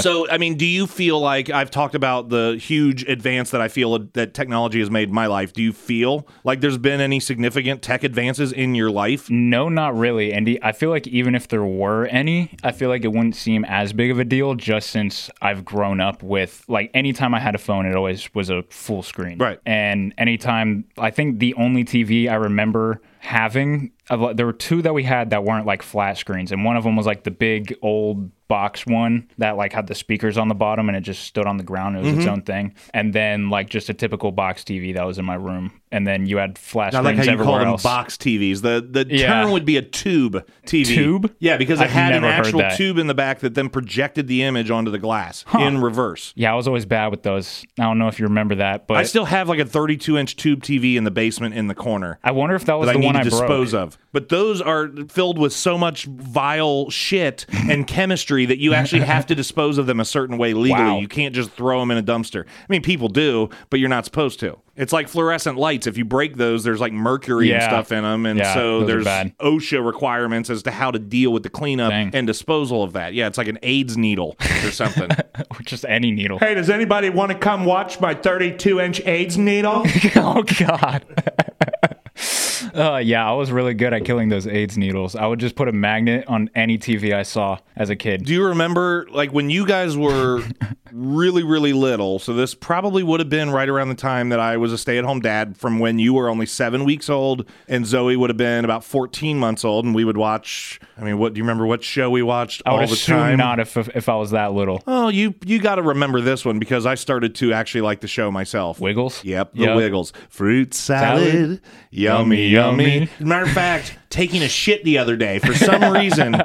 [SPEAKER 1] So, I mean, do you feel like I've talked about the huge advance that I feel that technology has made in my life? Do you feel like there's been any significant tech advances in your life?
[SPEAKER 2] No, not really, Andy. I feel like even if there were any, I feel like it wouldn't seem as big of a deal just since I've grown up with like anytime I had a phone, it always was a full screen.
[SPEAKER 1] Right.
[SPEAKER 2] And anytime, I think the only TV I remember having, of, like, there were two that we had that weren't like flat screens, and one of them was like the big old box one that like had the speakers on the bottom and it just stood on the ground. It was
[SPEAKER 1] Mm-hmm.
[SPEAKER 2] its own thing. And then like just a typical box TV that was in my room. And then you had flat
[SPEAKER 1] I
[SPEAKER 2] screens
[SPEAKER 1] like how you
[SPEAKER 2] everywhere
[SPEAKER 1] call them
[SPEAKER 2] else.
[SPEAKER 1] box TVs. The the
[SPEAKER 2] Yeah.
[SPEAKER 1] term would be a tube TV.
[SPEAKER 2] Tube?
[SPEAKER 1] Yeah, because it
[SPEAKER 2] I've
[SPEAKER 1] had an
[SPEAKER 2] never heard
[SPEAKER 1] actual
[SPEAKER 2] that.
[SPEAKER 1] tube in the back that then projected the image onto the glass in reverse.
[SPEAKER 2] Yeah, I was always bad with those. I don't know if you remember that, but
[SPEAKER 1] I
[SPEAKER 2] I,
[SPEAKER 1] still have like a 32 inch tube TV in the basement in the corner.
[SPEAKER 2] wonder if that was
[SPEAKER 1] that
[SPEAKER 2] the
[SPEAKER 1] I need
[SPEAKER 2] one
[SPEAKER 1] to
[SPEAKER 2] I
[SPEAKER 1] dispose
[SPEAKER 2] broke.
[SPEAKER 1] of. But those are filled with so much vile shit
[SPEAKER 2] (laughs)
[SPEAKER 1] and chemistry that you actually have to dispose of them a certain way legally.
[SPEAKER 2] Wow.
[SPEAKER 1] You can't just throw them in a dumpster. I mean, people do, but you're not supposed to. It's like fluorescent lights. If you break those, there's like mercury and
[SPEAKER 2] Yeah.
[SPEAKER 1] stuff in them, and
[SPEAKER 2] Yeah,
[SPEAKER 1] so
[SPEAKER 2] those are
[SPEAKER 1] there's
[SPEAKER 2] bad.
[SPEAKER 1] OSHA requirements as to how to deal with the cleanup
[SPEAKER 2] Dang.
[SPEAKER 1] and disposal of that. Yeah, it's like an AIDS needle or
[SPEAKER 2] (laughs)
[SPEAKER 1] something.
[SPEAKER 2] Or (laughs) just any needle.
[SPEAKER 1] hey, does anybody want to come watch my 32 inch AIDS needle?
[SPEAKER 2] (laughs) oh God. (laughs) Uh, yeah, I was really good at killing those AIDS needles. I would just put a magnet on any TV I saw as a kid.
[SPEAKER 1] Do you remember, like, when you guys
[SPEAKER 2] (laughs)
[SPEAKER 1] were really, really little? So, this probably would have been right around the time that I was a stay at home dad from when you were only seven weeks old and Zoe would have been about 14 months old. And we would watch, I mean, what do you remember what show we watched
[SPEAKER 2] I
[SPEAKER 1] all
[SPEAKER 2] would
[SPEAKER 1] the
[SPEAKER 2] assume
[SPEAKER 1] time?
[SPEAKER 2] not if, if I was that little.
[SPEAKER 1] Oh, you, you got to remember this one because I started to actually like the show myself.
[SPEAKER 2] Wiggles.
[SPEAKER 1] Yep, the
[SPEAKER 2] Yep.
[SPEAKER 1] Wiggles. Fruit salad,
[SPEAKER 2] Salad.
[SPEAKER 1] Yummy,
[SPEAKER 2] Yummy,
[SPEAKER 1] yummy.
[SPEAKER 2] yummy.
[SPEAKER 1] Matter of fact, taking a shit the other day for
[SPEAKER 2] (laughs)
[SPEAKER 1] some reason.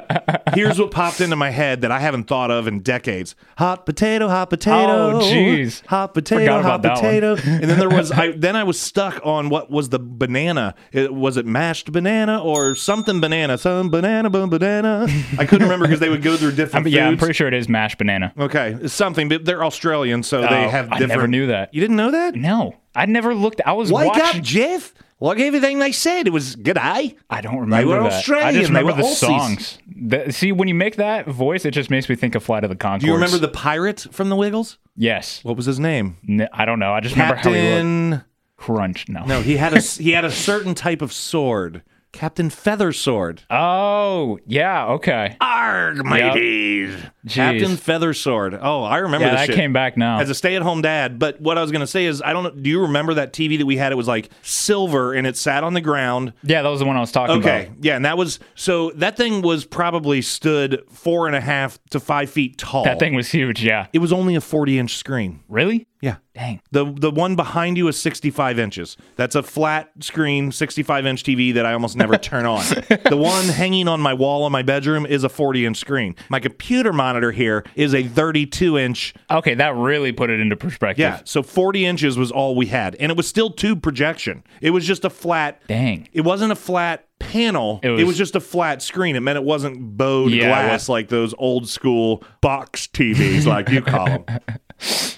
[SPEAKER 1] here's what popped into my head that I haven't thought of in decades: hot potato, hot potato.
[SPEAKER 2] Oh, jeez.
[SPEAKER 1] hot potato,
[SPEAKER 2] Forgot
[SPEAKER 1] hot
[SPEAKER 2] about that one.
[SPEAKER 1] potato.
[SPEAKER 2] (laughs)
[SPEAKER 1] and then there was, I then I was stuck on what was the banana? It, was it mashed banana or something banana? Some banana, boom banana. I couldn't remember because they would go through different.
[SPEAKER 2] But yeah, (laughs) I'm
[SPEAKER 1] foods.
[SPEAKER 2] pretty sure it is mashed banana.
[SPEAKER 1] Okay, it's something, but they're Australian, so they
[SPEAKER 2] Oh,
[SPEAKER 1] have
[SPEAKER 2] I
[SPEAKER 1] different.
[SPEAKER 2] never knew that.
[SPEAKER 1] You didn't know that?
[SPEAKER 2] No, I never looked. I was
[SPEAKER 1] Wake
[SPEAKER 2] watching.
[SPEAKER 1] up, Jeff. Like everything they said, it was good eye.
[SPEAKER 2] I don't remember
[SPEAKER 1] were
[SPEAKER 2] that. I
[SPEAKER 1] Australian.
[SPEAKER 2] just
[SPEAKER 1] They
[SPEAKER 2] remember
[SPEAKER 1] were
[SPEAKER 2] the
[SPEAKER 1] Aussies.
[SPEAKER 2] songs. The- see, when you make that voice, it just makes me think of Flight of the Conchords.
[SPEAKER 1] Do you remember the pirate from the Wiggles?
[SPEAKER 2] Yes.
[SPEAKER 1] What was his name?
[SPEAKER 2] N- I don't know. I just remember how he looked.
[SPEAKER 1] Captain.
[SPEAKER 2] Crunch. No.
[SPEAKER 1] No, he had a he had a certain type of sword. Captain Feather Sword.
[SPEAKER 2] Oh, yeah. Okay.
[SPEAKER 1] Arg, mateys. Uh, Captain Feather Sword. Oh, I remember
[SPEAKER 2] Yeah,
[SPEAKER 1] this
[SPEAKER 2] that
[SPEAKER 1] shit.
[SPEAKER 2] came back now.
[SPEAKER 1] As a stay-at-home dad, but what I was gonna say is, I don't. know. Do you remember that TV that we had? It was like silver, and it sat on the ground.
[SPEAKER 2] yeah, that was the one I was talking
[SPEAKER 1] Okay.
[SPEAKER 2] about.
[SPEAKER 1] Yeah, and that was so that thing was probably stood four and a half to five feet tall.
[SPEAKER 2] That thing was huge. Yeah.
[SPEAKER 1] It was only a forty inch screen.
[SPEAKER 2] Really?
[SPEAKER 1] Yeah.
[SPEAKER 2] Dang.
[SPEAKER 1] The the one behind you is sixty five inches. That's a flat screen, sixty five inch TV that I almost
[SPEAKER 2] (laughs)
[SPEAKER 1] never turn on. the one hanging on my wall in my bedroom is a forty inch screen. My computer monitor here is a thirty two inch
[SPEAKER 2] Okay, that really put it into perspective.
[SPEAKER 1] yeah, so 40 inches was all we had. And it was still tube projection. It was just a flat.
[SPEAKER 2] Dang.
[SPEAKER 1] It wasn't a flat panel. It
[SPEAKER 2] It
[SPEAKER 1] was,
[SPEAKER 2] was-
[SPEAKER 1] just a flat screen. It meant it wasn't bowed
[SPEAKER 2] Yeah, it
[SPEAKER 1] glass like those old school box TVs, like you call them.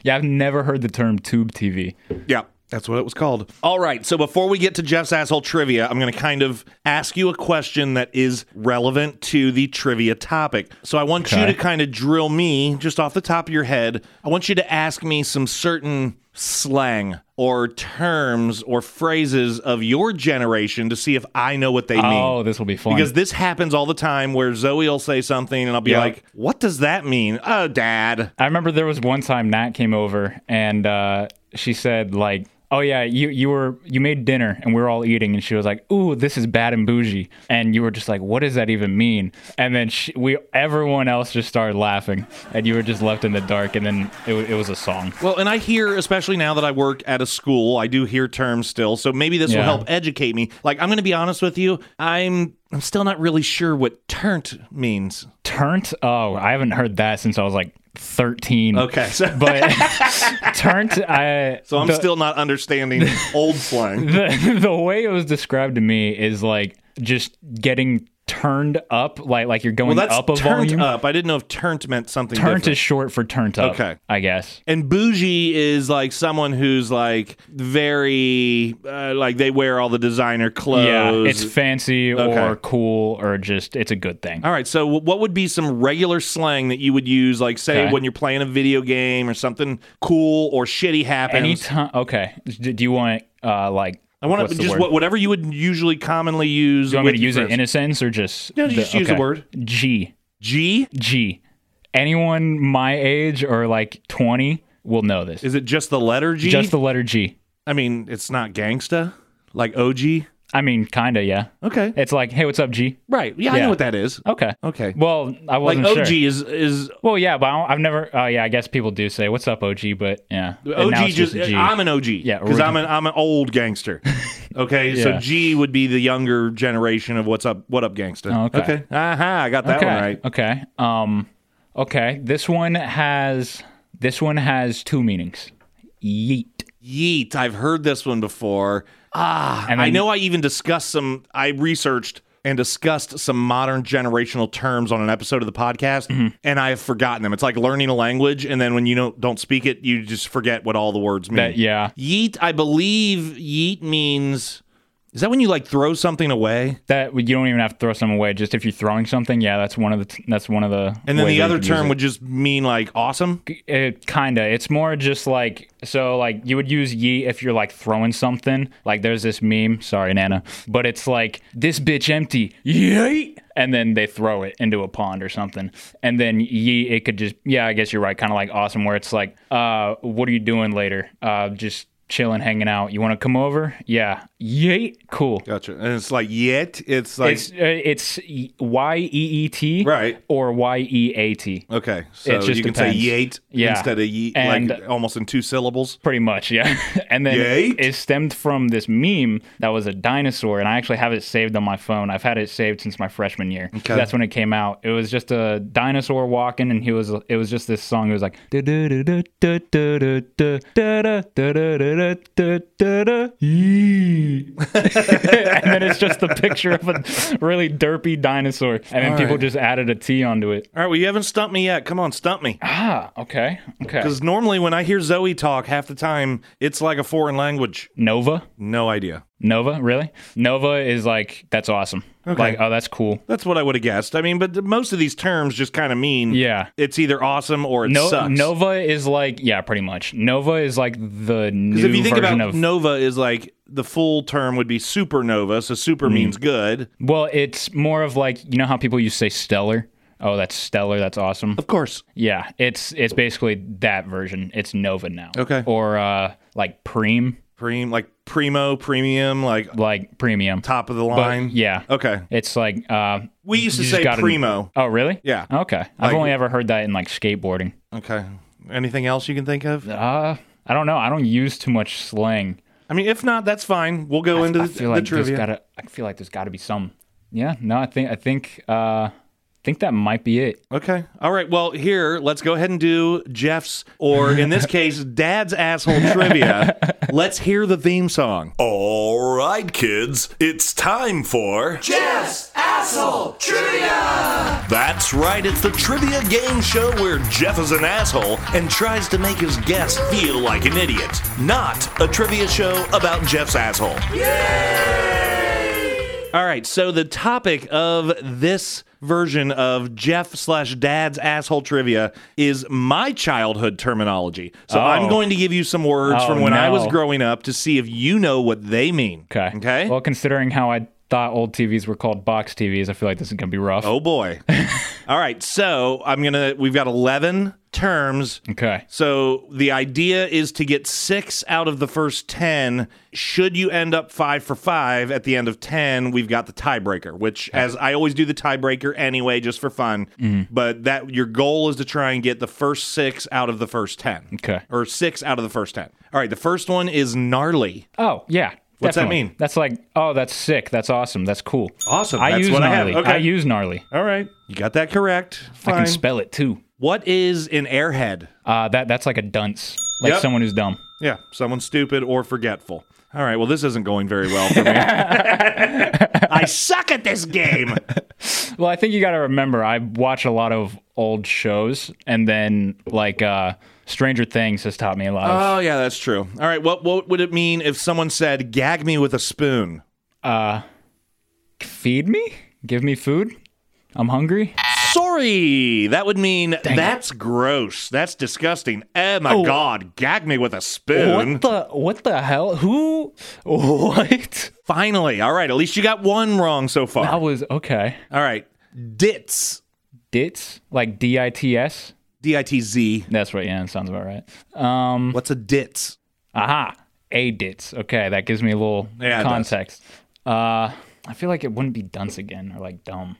[SPEAKER 2] Yeah, I've never heard the term tube TV.
[SPEAKER 1] Yeah. That's what it was called. All right. So before we get to Jeff's asshole trivia, I'm going to kind of ask you a question that is relevant to the trivia topic. So I want you
[SPEAKER 2] Okay.
[SPEAKER 1] to kind of drill me just off the top of your head. I want you to ask me some certain slang or terms or phrases of your generation to see if I know what they mean.
[SPEAKER 2] Oh, this will be fun.
[SPEAKER 1] Because this happens all the time where Zoe will say something and I'll be
[SPEAKER 2] Yeah.
[SPEAKER 1] like, what does that mean? Oh, dad.
[SPEAKER 2] I remember there was one time Nat came over and uh, she said like, "Oh yeah, you you were you made dinner and we were all eating and she was like, "Ooh, this is bad and bougie." And you were just like, "What does that even mean?" And then she, we everyone else just started laughing and you were just left in the dark and then it, wa- it was a song.
[SPEAKER 1] Well, and I hear, especially now that I work at a school, I do hear terms still. So maybe this will
[SPEAKER 2] Yeah.
[SPEAKER 1] help educate me. Like, I'm going to be honest with you. I'm I'm still not really sure what turnt means.
[SPEAKER 2] Turnt? Oh, I haven't heard that since I was like 13.
[SPEAKER 1] Okay, so,
[SPEAKER 2] But (laughs) turnt I
[SPEAKER 1] (laughs) so I'm
[SPEAKER 2] the-
[SPEAKER 1] still not understanding (laughs) old slang.
[SPEAKER 2] (laughs) the the way it was described to me is like just getting turned up, like like you're going
[SPEAKER 1] Well, that's
[SPEAKER 2] up a
[SPEAKER 1] turnt
[SPEAKER 2] volume.
[SPEAKER 1] up. I didn't know if turnt meant something
[SPEAKER 2] Turnt
[SPEAKER 1] different.
[SPEAKER 2] is short for turned up.
[SPEAKER 1] Okay.
[SPEAKER 2] I guess.
[SPEAKER 1] and bougie is like someone who's like very uh, like they wear all the designer clothes.
[SPEAKER 2] Yeah, it's fancy or
[SPEAKER 1] Okay.
[SPEAKER 2] cool or just it's a good thing.
[SPEAKER 1] all right. So w- what would be some regular slang that you would use, like say
[SPEAKER 2] Okay.
[SPEAKER 1] when you're playing a video game or something cool or shitty happens?
[SPEAKER 2] Anytime. Okay. D- Do you want uh like?
[SPEAKER 1] I want
[SPEAKER 2] what's
[SPEAKER 1] to
[SPEAKER 2] the
[SPEAKER 1] just
[SPEAKER 2] word?
[SPEAKER 1] what, whatever you would usually commonly use.
[SPEAKER 2] Do you want me to
[SPEAKER 1] with
[SPEAKER 2] use it
[SPEAKER 1] friends.
[SPEAKER 2] in a sentence or just?
[SPEAKER 1] No, just use the word.
[SPEAKER 2] G.
[SPEAKER 1] G?
[SPEAKER 2] G. Anyone my age or like 20 will know this.
[SPEAKER 1] Is it just the letter G?
[SPEAKER 2] Just the letter G.
[SPEAKER 1] I mean, it's not gangsta, like OG.
[SPEAKER 2] I mean, kinda, yeah.
[SPEAKER 1] Okay.
[SPEAKER 2] It's like, hey, what's up, G?
[SPEAKER 1] Right. Yeah, I
[SPEAKER 2] Yeah.
[SPEAKER 1] know what that is.
[SPEAKER 2] Okay.
[SPEAKER 1] Okay.
[SPEAKER 2] Well, I
[SPEAKER 1] Like
[SPEAKER 2] wasn't
[SPEAKER 1] OG
[SPEAKER 2] sure.
[SPEAKER 1] is is
[SPEAKER 2] Well, yeah, but I don't, I've never. Oh, yeah. I guess people do say, "What's up, OG?" But yeah, And
[SPEAKER 1] OG
[SPEAKER 2] now it's
[SPEAKER 1] just, uh,
[SPEAKER 2] a G.
[SPEAKER 1] I'm an OG.
[SPEAKER 2] Yeah,
[SPEAKER 1] Because I'm an I'm an old
[SPEAKER 2] (laughs)
[SPEAKER 1] gangster. Okay. So
[SPEAKER 2] Yeah.
[SPEAKER 1] G would be the younger generation of what's up what up gangster.
[SPEAKER 2] Oh, okay.
[SPEAKER 1] Aha, I got that
[SPEAKER 2] okay.
[SPEAKER 1] one right.
[SPEAKER 2] Okay. Um. Okay. This one has. This one has two meanings. Yeet.
[SPEAKER 1] Yeet. I've heard this one before. Ah
[SPEAKER 2] And
[SPEAKER 1] I
[SPEAKER 2] then-
[SPEAKER 1] know I even discussed some I researched and discussed some modern generational terms on an episode of the podcast
[SPEAKER 2] Mm-hmm.
[SPEAKER 1] and I've forgotten them. It's like learning a language and then when you don't don't speak it, you just forget what all the words mean.
[SPEAKER 2] That, yeah.
[SPEAKER 1] Yeet, I believe yeet means is that when you like throw something away?
[SPEAKER 2] That you don't even have to throw some away. Just if you're throwing something, yeah, that's one of the. T- that's one of the.
[SPEAKER 1] And then
[SPEAKER 2] ways
[SPEAKER 1] the
[SPEAKER 2] that
[SPEAKER 1] other
[SPEAKER 2] you can use
[SPEAKER 1] term
[SPEAKER 2] it.
[SPEAKER 1] would just mean like awesome.
[SPEAKER 2] It kinda. It's more just like so. Like you would use yeet if you're like throwing something. Like there's this meme. Sorry, Nana. But it's like this bitch empty. Yeet. And then they throw it into a pond or something. And then yeet. It could just. Yeah, I guess you're right. Kind of like awesome, where it's like, uh, what are you doing later? Uh, just chilling, hanging out. You want to come over? Yeah. Yeet. Cool.
[SPEAKER 1] Gotcha. And it's like yet. It's like
[SPEAKER 2] It's uh, it's y e e t
[SPEAKER 1] Right.
[SPEAKER 2] or y e a t.
[SPEAKER 1] okay. So
[SPEAKER 2] it just
[SPEAKER 1] you can
[SPEAKER 2] depends.
[SPEAKER 1] say yate
[SPEAKER 2] Yeah.
[SPEAKER 1] instead of yeet,
[SPEAKER 2] And-
[SPEAKER 1] like almost in two syllables.
[SPEAKER 2] Pretty much, yeah. (laughs) and then
[SPEAKER 1] Yeet.
[SPEAKER 2] it stemmed from this meme that was a dinosaur, and I actually have it saved on my phone. I've had it saved since my freshman year.
[SPEAKER 1] Okay.
[SPEAKER 2] That's when it came out. It was just a dinosaur walking, and he was. It was just this song. It was like. (laughs) and then it's just the picture of a really derpy dinosaur, and then people
[SPEAKER 1] right.
[SPEAKER 2] just added a T onto it.
[SPEAKER 1] All right. Well, you haven't stumped me yet. Come on, stump me.
[SPEAKER 2] Ah, okay, okay.
[SPEAKER 1] Because normally when I hear Zoe talk, half the time it's like a foreign language.
[SPEAKER 2] Nova.
[SPEAKER 1] No idea.
[SPEAKER 2] Nova, really? Nova is like that's awesome. Like, oh, that's cool.
[SPEAKER 1] That's what I would have guessed. I mean, but th- most of these terms just kind of mean
[SPEAKER 2] Yeah.
[SPEAKER 1] it's either awesome or it
[SPEAKER 2] No,
[SPEAKER 1] sucks.
[SPEAKER 2] Nova is like yeah, pretty much. Nova is like the new
[SPEAKER 1] Because if you think
[SPEAKER 2] version
[SPEAKER 1] about
[SPEAKER 2] of
[SPEAKER 1] nova, is like the full term would be supernova. So
[SPEAKER 2] Mm.
[SPEAKER 1] super means good.
[SPEAKER 2] well, it's more of like you know how people used to say stellar. Oh, that's stellar. That's awesome.
[SPEAKER 1] Of course.
[SPEAKER 2] Yeah, it's it's basically that version. It's Nova now.
[SPEAKER 1] Okay.
[SPEAKER 2] Or uh, like Preem,
[SPEAKER 1] Prem, like primo, premium, like
[SPEAKER 2] like premium.
[SPEAKER 1] top of the
[SPEAKER 2] But,
[SPEAKER 1] line.
[SPEAKER 2] yeah.
[SPEAKER 1] Okay.
[SPEAKER 2] It's like uh,
[SPEAKER 1] We used to
[SPEAKER 2] you just
[SPEAKER 1] say
[SPEAKER 2] gotta-
[SPEAKER 1] primo.
[SPEAKER 2] Oh, really?
[SPEAKER 1] Yeah.
[SPEAKER 2] Okay. I've
[SPEAKER 1] Like-
[SPEAKER 2] only ever heard that in like skateboarding.
[SPEAKER 1] Okay. Anything else you can think of?
[SPEAKER 2] Uh, I don't know. I don't use too much slang.
[SPEAKER 1] I mean, if not, that's fine. We'll go into
[SPEAKER 2] I
[SPEAKER 1] the,
[SPEAKER 2] feel
[SPEAKER 1] the
[SPEAKER 2] like
[SPEAKER 1] trivia.
[SPEAKER 2] there's gotta. I feel like there's gotta be some. Yeah. No, I think I think uh, I think that might be it.
[SPEAKER 1] okay. All right. Well, here, let's go ahead and do Jeff's, or in this case, Dad's asshole trivia. let's hear the theme song.
[SPEAKER 4] All right, kids, it's time for
[SPEAKER 3] Jeff's asshole trivia.
[SPEAKER 4] That's Right, it's the trivia game show where Jeff is an asshole and tries to make his guest feel like an idiot. Not a trivia show about Jeff's asshole.
[SPEAKER 1] All right. So the topic of this version of Jeff slash Dad's asshole trivia is my childhood terminology. So
[SPEAKER 2] Oh.
[SPEAKER 1] I'm going to give you some words
[SPEAKER 2] Oh,
[SPEAKER 1] from when I was
[SPEAKER 2] no.
[SPEAKER 1] growing up to see if you know what they mean.
[SPEAKER 2] Okay.
[SPEAKER 1] Okay.
[SPEAKER 2] Well, considering how I thought old TVs were called box TVs, I feel like this is gonna be rough.
[SPEAKER 1] Oh
[SPEAKER 2] (laughs)
[SPEAKER 1] boy. All right. So I'm gonna. We've got eleven terms.
[SPEAKER 2] Okay.
[SPEAKER 1] So the idea is to get six out of the first 10. Should you end up five for five at the end of 10, we've got the tiebreaker, which, as I always do the tiebreaker anyway, just for fun.
[SPEAKER 2] Mm-hmm.
[SPEAKER 1] But that your goal is to try and get the first six out of the first 10.
[SPEAKER 2] Okay.
[SPEAKER 1] Or six out of the first 10. All right. The first one is gnarly.
[SPEAKER 2] Oh yeah.
[SPEAKER 1] What's that
[SPEAKER 2] definitely.
[SPEAKER 1] mean?
[SPEAKER 2] That's like, oh, that's sick. That's awesome. That's cool.
[SPEAKER 1] Awesome.
[SPEAKER 2] I
[SPEAKER 1] That's
[SPEAKER 2] use
[SPEAKER 1] what I have.
[SPEAKER 2] gnarly.
[SPEAKER 1] Okay.
[SPEAKER 2] use gnarly.
[SPEAKER 1] All right. You got that correct. Fine.
[SPEAKER 2] I can spell it too.
[SPEAKER 1] what is an airhead?
[SPEAKER 2] Uh, that that's like a dunce, like
[SPEAKER 1] Yep.
[SPEAKER 2] someone who's dumb. (laughs)
[SPEAKER 1] Yeah, someone stupid or forgetful. All right, well, this isn't going very well for me. I suck at this game.
[SPEAKER 2] Well, I think you got to remember, I watch a lot of old shows, and then like uh, Stranger Things has taught me a lot. Of,
[SPEAKER 1] Oh yeah, that's true. All right, what what would it mean if someone said gag me with a spoon?
[SPEAKER 2] Feed me, give me food. I'm hungry.
[SPEAKER 1] Sorry, that would mean that's gross. That's disgusting. Oh my god, gag me with a spoon.
[SPEAKER 2] What the what the hell? Who? (laughs) What?
[SPEAKER 1] Finally. All right, at least you got one wrong so far.
[SPEAKER 2] That was okay.
[SPEAKER 1] All right. Dits.
[SPEAKER 2] Dits like D I T S.
[SPEAKER 1] D I T Z.
[SPEAKER 2] That's right. Yeah, that sounds about right. Hmm?
[SPEAKER 1] What's a dits?
[SPEAKER 2] Aha, a dits. Okay, that gives me a little
[SPEAKER 1] Yeah, it does.
[SPEAKER 2] context. Uh, I feel like it wouldn't be dunce again or like dumb.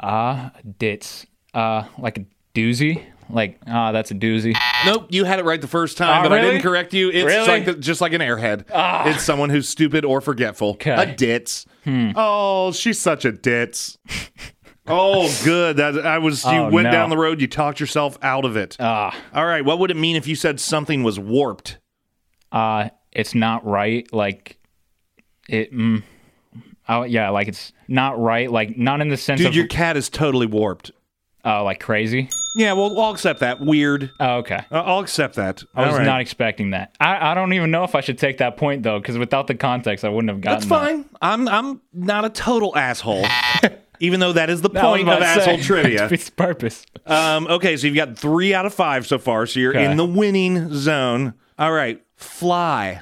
[SPEAKER 2] Ah, dits. Uh, like a doozy. Like ah, that's a doozy.
[SPEAKER 1] Nope, you had it right the first time,
[SPEAKER 2] Ah,
[SPEAKER 1] but I
[SPEAKER 2] really?
[SPEAKER 1] didn't correct you. It's
[SPEAKER 2] Really? Ah.
[SPEAKER 1] like the, just like an airhead. It's someone who's stupid or forgetful. A dits.
[SPEAKER 2] Hmm.
[SPEAKER 1] Oh, she's such a dits. oh, good. That I was. You
[SPEAKER 2] Oh,
[SPEAKER 1] went
[SPEAKER 2] no.
[SPEAKER 1] down the road. You talked yourself out of it.
[SPEAKER 2] Ah,
[SPEAKER 1] All right. What would it mean if you said something was warped?
[SPEAKER 2] uh, it's not right. Like it. Mm, oh yeah, like it's not right. Like not in the sense
[SPEAKER 1] Dude,
[SPEAKER 2] of
[SPEAKER 1] your cat is totally warped.
[SPEAKER 2] uh, like crazy.
[SPEAKER 1] Yeah, well, I'll accept that. Weird.
[SPEAKER 2] Oh, okay.
[SPEAKER 1] Uh, I'll accept that.
[SPEAKER 2] I was
[SPEAKER 1] All right.
[SPEAKER 2] not expecting that. I, I don't even know if I should take that point though, because without the context, I wouldn't have
[SPEAKER 1] That's
[SPEAKER 2] gotten. that.
[SPEAKER 1] fine. I'm I'm not a total
[SPEAKER 2] (laughs)
[SPEAKER 1] asshole. Even though that is the
[SPEAKER 2] I was
[SPEAKER 1] point of
[SPEAKER 2] about to say, (laughs)
[SPEAKER 1] asshole trivia.
[SPEAKER 2] it's purpose.
[SPEAKER 1] Um, okay, so you've got three out of five so far, so you're
[SPEAKER 2] Okay.
[SPEAKER 1] in the winning zone. All right, fly.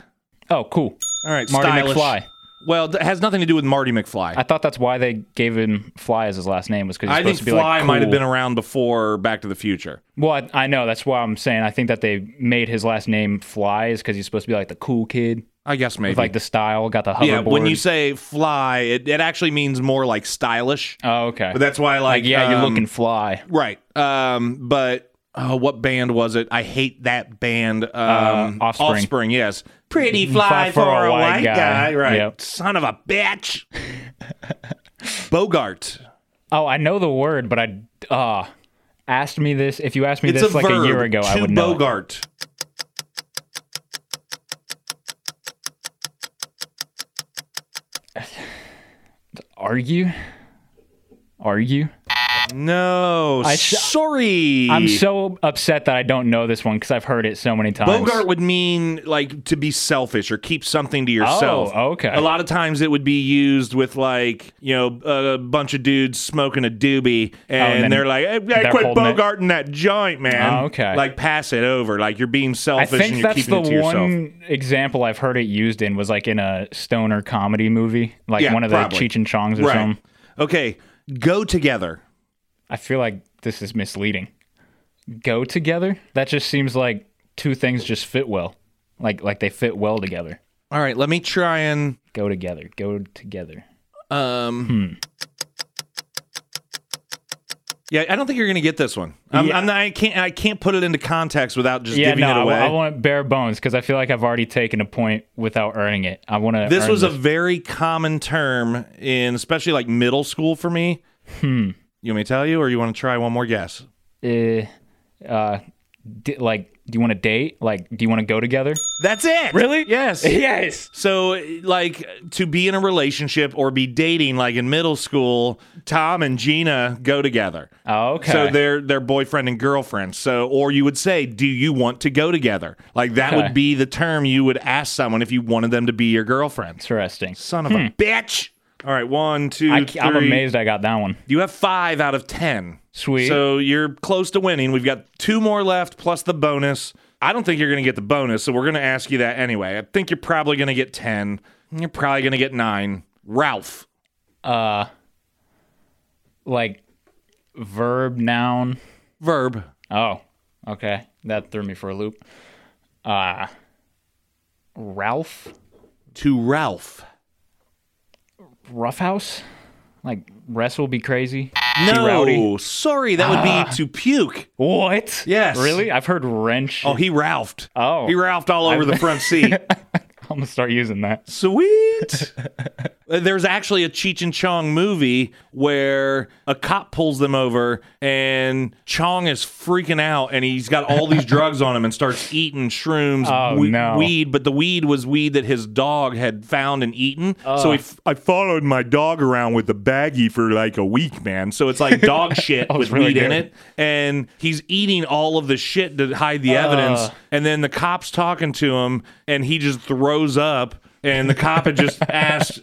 [SPEAKER 2] Oh, cool.
[SPEAKER 1] All right,
[SPEAKER 2] Marty
[SPEAKER 1] stylish.
[SPEAKER 2] McFly.
[SPEAKER 1] Well, it has nothing to do with Marty McFly.
[SPEAKER 2] I thought that's why they gave him Fly as his last name was because
[SPEAKER 1] I think
[SPEAKER 2] supposed to be
[SPEAKER 1] Fly
[SPEAKER 2] like, cool.
[SPEAKER 1] might have been around before Back to the Future.
[SPEAKER 2] Well, I, I know that's why I'm saying I think that they made his last name Fly is because he's supposed to be like the cool kid,
[SPEAKER 1] I guess maybe.
[SPEAKER 2] with, like the style, got the hoverboard.
[SPEAKER 1] yeah, when you say fly, it, it actually means more like stylish.
[SPEAKER 2] oh, okay,
[SPEAKER 1] But that's why, like,
[SPEAKER 2] like yeah, you're
[SPEAKER 1] um,
[SPEAKER 2] looking fly.
[SPEAKER 1] right. Um, but oh, what band was it? I hate that band. Um,
[SPEAKER 2] Uh, Offspring. Mm-hmm.
[SPEAKER 1] Offspring, yes. Pretty fly, for, a white, guy. right?
[SPEAKER 2] Yep.
[SPEAKER 1] Son of a
[SPEAKER 2] (laughs)
[SPEAKER 1] bitch. Bogart.
[SPEAKER 2] Oh, I know the word, but I uh asked me this. If you asked me this like a year ago,
[SPEAKER 1] to
[SPEAKER 2] I would know. it.
[SPEAKER 1] Bogart.
[SPEAKER 2] Argue, argue.
[SPEAKER 1] No,
[SPEAKER 2] I sh-
[SPEAKER 1] sorry.
[SPEAKER 2] I'm so upset that I don't know this one because I've heard it so many times.
[SPEAKER 1] Bogart would mean like to be selfish or keep something to yourself.
[SPEAKER 2] Oh, okay.
[SPEAKER 1] A lot of times it would be used with like you know a bunch of dudes smoking a doobie and,
[SPEAKER 2] Oh, then
[SPEAKER 1] they're like, hey, hey,
[SPEAKER 2] they're
[SPEAKER 1] "Quit
[SPEAKER 2] holding it.
[SPEAKER 1] bogarting that joint, man."
[SPEAKER 2] Oh, okay.
[SPEAKER 1] Like pass it over. Like you're being
[SPEAKER 2] I
[SPEAKER 1] selfish and
[SPEAKER 2] think
[SPEAKER 1] you're
[SPEAKER 2] that's the
[SPEAKER 1] keeping it to yourself.
[SPEAKER 2] one example I've heard it used in was like in a stoner comedy movie, like
[SPEAKER 1] Yeah,
[SPEAKER 2] one of the
[SPEAKER 1] probably.
[SPEAKER 2] Cheech and Chong's or
[SPEAKER 1] right.
[SPEAKER 2] something.
[SPEAKER 1] Okay. Go together.
[SPEAKER 2] I feel like this is misleading. Go together? That just seems like two things just fit well, like like they fit well together.
[SPEAKER 1] All right. Let me try and
[SPEAKER 2] Go together. Go together.
[SPEAKER 1] Um,
[SPEAKER 2] Hmm.
[SPEAKER 1] Yeah, I don't think you're gonna get this one. I'm, I'm not, I can't. I can't put it into context without just
[SPEAKER 2] Yeah,
[SPEAKER 1] giving
[SPEAKER 2] no,
[SPEAKER 1] it
[SPEAKER 2] I,
[SPEAKER 1] away.
[SPEAKER 2] wa- I want bare bones because I feel like I've already taken a point without earning it. I want to.
[SPEAKER 1] this was a very common term in, especially like middle school for me. Hmm. You want me to tell you, or you want to try one more guess?
[SPEAKER 2] a uh, uh, di- like. Do you want to date? Like, do you want to go together?
[SPEAKER 1] That's it.
[SPEAKER 2] Really? (laughs)
[SPEAKER 1] Yes.
[SPEAKER 2] Yes.
[SPEAKER 1] So, like, to be in a relationship or be dating, like in middle school, Tom and Gina go together.
[SPEAKER 2] Oh, okay.
[SPEAKER 1] So they're they're boyfriend and girlfriend. So, or you would say, do you want to go together? Like that
[SPEAKER 2] Okay.
[SPEAKER 1] would be the term you would ask someone if you wanted them to be your girlfriend.
[SPEAKER 2] Interesting.
[SPEAKER 1] Son of a bitch. All right, one, two,
[SPEAKER 2] Hmm. I,
[SPEAKER 1] three.
[SPEAKER 2] am amazed I got that one.
[SPEAKER 1] You have five out of ten.
[SPEAKER 2] Sweet.
[SPEAKER 1] So you're close to winning. We've got two more left plus the bonus. I don't think you're going to get the bonus, so we're going to ask you that anyway. I think you're probably going to get ten. You're probably going to get nine. Ralph.
[SPEAKER 2] Like verb, noun.
[SPEAKER 1] Verb.
[SPEAKER 2] Oh, okay. That threw me for a loop. Uh Ralph
[SPEAKER 1] To Ralph.
[SPEAKER 2] Roughhouse? Like wrestle be crazy?
[SPEAKER 1] No,
[SPEAKER 2] rowdy. Ah.
[SPEAKER 1] sorry, that would be to puke.
[SPEAKER 2] What?
[SPEAKER 1] Yes.
[SPEAKER 2] Really? I've heard wrench. (laughs)
[SPEAKER 1] Oh, he Ralphed.
[SPEAKER 2] Oh. (laughs)
[SPEAKER 1] he Ralphed all over the front seat.
[SPEAKER 2] I'm gonna start using that.
[SPEAKER 1] Sweet. (laughs) There's actually a Cheech and Chong movie where a cop pulls them over and Chong is freaking out and he's got all these drugs on him and starts eating shrooms,
[SPEAKER 2] Oh,
[SPEAKER 1] we-
[SPEAKER 2] no.
[SPEAKER 1] weed, but the weed was weed that his dog had found and eaten. So he f- I followed my dog around with the baggie for like a week, man. So it's like
[SPEAKER 2] (laughs)
[SPEAKER 1] dog shit
[SPEAKER 2] was
[SPEAKER 1] with
[SPEAKER 2] really
[SPEAKER 1] weed in
[SPEAKER 2] good.
[SPEAKER 1] it and he's eating all of the shit to hide
[SPEAKER 2] Ah.
[SPEAKER 1] the evidence. And then the cop's talking to him, and he just throws up. And the cop had
[SPEAKER 2] (laughs)
[SPEAKER 1] just asked,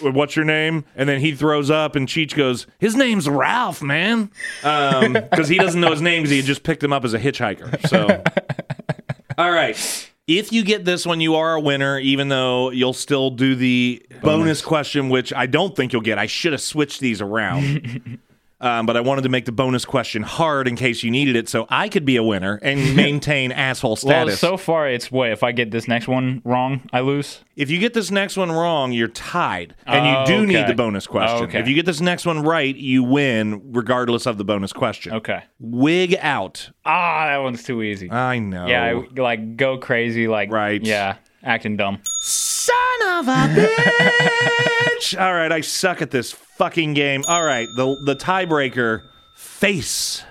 [SPEAKER 1] "What's your name?" And then he throws up, and Cheech goes, "His name's Ralph, man," because he doesn't know his name because he had just picked him up as a hitchhiker. So, all right. If you get this one, you are a winner, even though you'll still do the bonus, question, which I don't think you'll get. I should have switched these around.
[SPEAKER 2] (laughs)
[SPEAKER 1] Um, but I wanted to make the bonus question hard in case you needed it, so I could be a winner
[SPEAKER 2] (laughs)
[SPEAKER 1] and maintain asshole
[SPEAKER 2] Well,
[SPEAKER 1] status.
[SPEAKER 2] so far it's what if I get this next one wrong, I lose.
[SPEAKER 1] if you get this next one wrong, you're tied, and you do need
[SPEAKER 2] Okay.
[SPEAKER 1] the bonus question.
[SPEAKER 2] Okay.
[SPEAKER 1] If you get this next one right, you win, regardless of the bonus question.
[SPEAKER 2] Okay.
[SPEAKER 1] Wig out.
[SPEAKER 2] Ah, that one's too easy.
[SPEAKER 1] I know.
[SPEAKER 2] yeah, I, like go crazy, like
[SPEAKER 1] Right.
[SPEAKER 2] Yeah, acting dumb.
[SPEAKER 1] Son of a bitch! All right, I suck at this fucking game. All right, the the tiebreaker face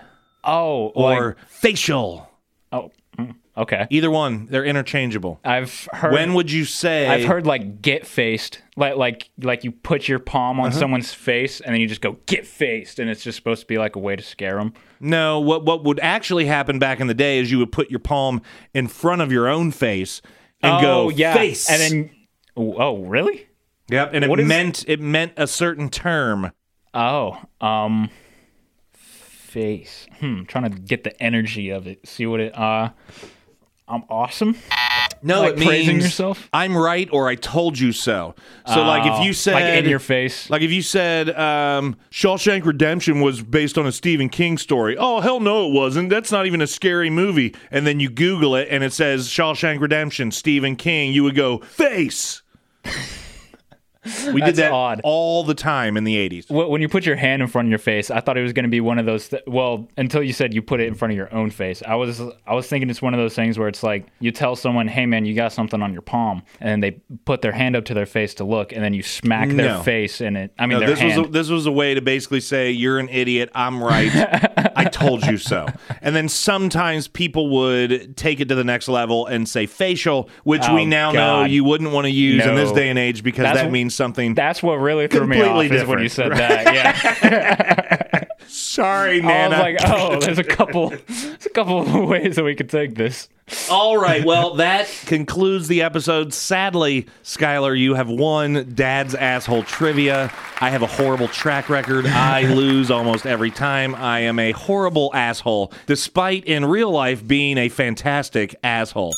[SPEAKER 2] Oh,
[SPEAKER 1] or
[SPEAKER 2] like,
[SPEAKER 1] facial.
[SPEAKER 2] oh, mm, okay.
[SPEAKER 1] Either one, they're interchangeable.
[SPEAKER 2] I've heard.
[SPEAKER 1] When would you say
[SPEAKER 2] I've heard like get faced, like like like you put your palm
[SPEAKER 1] Uh-huh.
[SPEAKER 2] on someone's face and then you just go get faced, and it's just supposed to be like a way to scare them.
[SPEAKER 1] No, what what would actually happen back in the day is you would put your palm in front of your own face and go face.
[SPEAKER 2] Oh, and then oh, oh, really?
[SPEAKER 1] Yep, and it
[SPEAKER 2] What is-
[SPEAKER 1] meant it meant a certain term.
[SPEAKER 2] Oh, um, face. Hmm, trying to get the energy of it. See what it. Uh, I'm awesome.
[SPEAKER 1] No,
[SPEAKER 2] Like
[SPEAKER 1] it means
[SPEAKER 2] praising yourself? Oh.
[SPEAKER 1] I'm right or I told you so. So like if you said
[SPEAKER 2] like in your face.
[SPEAKER 1] Like if you said um, Shawshank Redemption was based on a Stephen King story. Oh hell no, it wasn't. That's not even a scary movie. And then you Google it and it says Shawshank Redemption, Stephen King. You would go face. (laughs) we did
[SPEAKER 2] That's
[SPEAKER 1] that
[SPEAKER 2] odd.
[SPEAKER 1] all the time in the eighties.
[SPEAKER 2] Wh- when you put your hand in front of your face, I thought it was going to be one of those. Th- well, until you said you put it in front of your own face, I was I was thinking it's one of those things where it's like you tell someone, "Hey, man, you got something on your palm," and they put their hand up to their face to look, and then you smack their
[SPEAKER 1] No.
[SPEAKER 2] face in it. I
[SPEAKER 1] No,
[SPEAKER 2] mean, their
[SPEAKER 1] this
[SPEAKER 2] hand.
[SPEAKER 1] was a, this was a way to basically say you're an idiot. I'm right. I told you
[SPEAKER 2] (laughs)
[SPEAKER 1] so. And then sometimes people would take it to the next level and say facial, which we
[SPEAKER 2] Oh,
[SPEAKER 1] now know
[SPEAKER 2] God.
[SPEAKER 1] you wouldn't want to use in this
[SPEAKER 2] No.
[SPEAKER 1] day and age because
[SPEAKER 2] That's-
[SPEAKER 1] that means something.
[SPEAKER 2] that's what really threw me off
[SPEAKER 1] Completely
[SPEAKER 2] is when you said
[SPEAKER 1] different, (laughs)
[SPEAKER 2] that. Yeah,
[SPEAKER 1] Sorry,
[SPEAKER 2] I
[SPEAKER 1] Nana.
[SPEAKER 2] was like, oh, there's a couple, there's a couple of (laughs) ways that we could take this.
[SPEAKER 1] All right. (laughs) Well, that concludes the episode. Sadly, Skylar, you have won Dad's Asshole Trivia. I have a horrible track record. I (laughs) lose almost every time. I am a horrible asshole, despite in real life being a fantastic asshole.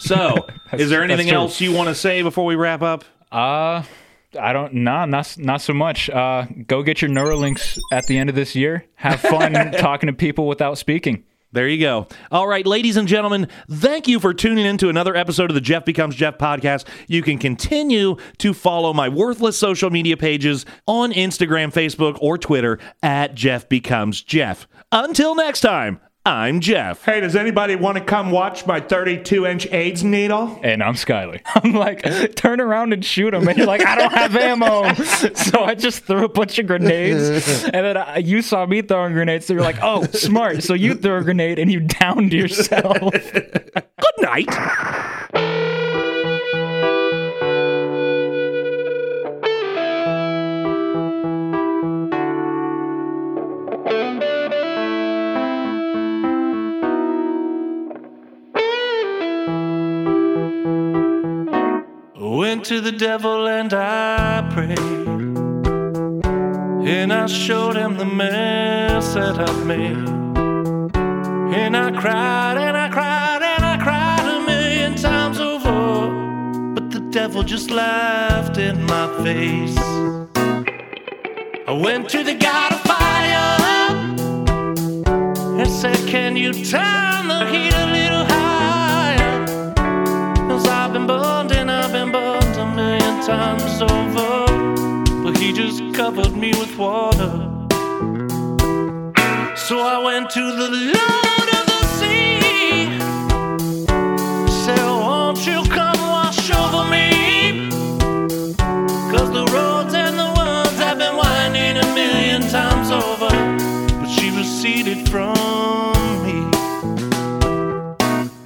[SPEAKER 1] So, is there
[SPEAKER 2] (laughs) that's
[SPEAKER 1] anything
[SPEAKER 2] true.
[SPEAKER 1] else you want to say before we wrap up?
[SPEAKER 2] Uh I don't nah, not s- not so much. Uh go get your Neuralinks at the end of this year.
[SPEAKER 1] (laughs)
[SPEAKER 2] Have fun talking to people without speaking.
[SPEAKER 1] There you go. All right, ladies and gentlemen, thank you for tuning in to another episode of the Jeff Becomes Jeff podcast. You can continue to follow my worthless social media pages on Instagram, Facebook, or Twitter at Jeff Becomes Jeff. Until next time, I'm Jeff. Hey, does anybody want to come watch my 32 inch AIDS needle?
[SPEAKER 2] And I'm Skyler. (laughs) I'm like, turn around and shoot them. And you're like, I don't have ammo. (laughs) So I just threw a bunch of grenades. And then I, you saw me throwing grenades. So you're like, oh, smart. So you threw a grenade and you (laughs) downed yourself.
[SPEAKER 1] Good night.
[SPEAKER 4] Went to the devil and I prayed. And I showed him the mess that I've made. And I cried and I cried and I cried a million times over. But the devil just laughed in my face. I went to the God of Fire and said, Can you turn the heat a little higher? Cause I've been burned and I've been burned a million times over. But he just covered me with water. So I went to the Lord of the Sea. Said, Won't you come wash over me? Cause the roads
[SPEAKER 1] receded from me.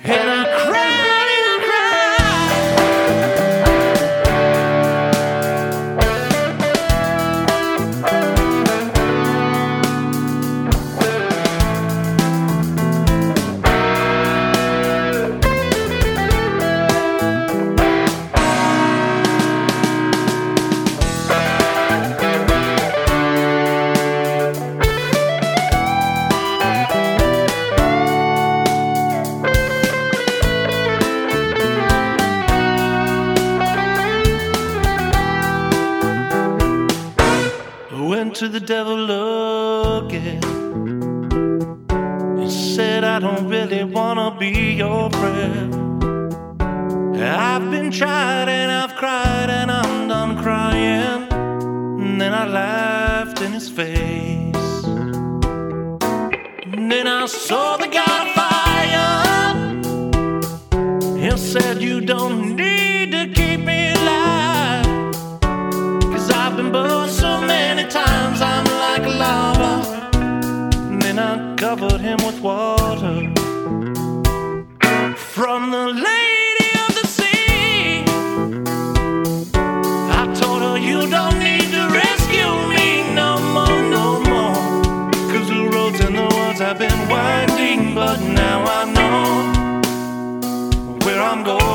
[SPEAKER 1] And I cried and cried. I went to the devil again and said, I don't really wanna be your friend. I've been tried and I've cried and I'm done crying. And then I laughed in his face. And then I saw the God of fire. He said, You don't need to keep me alive. Cause I've been burned so many times, I'm like lava. And then I covered him with water. From the lady of the sea, I told her, You don't need to rescue me no more, no more. Cause the roads and the woods have been winding, but now I know where I'm going.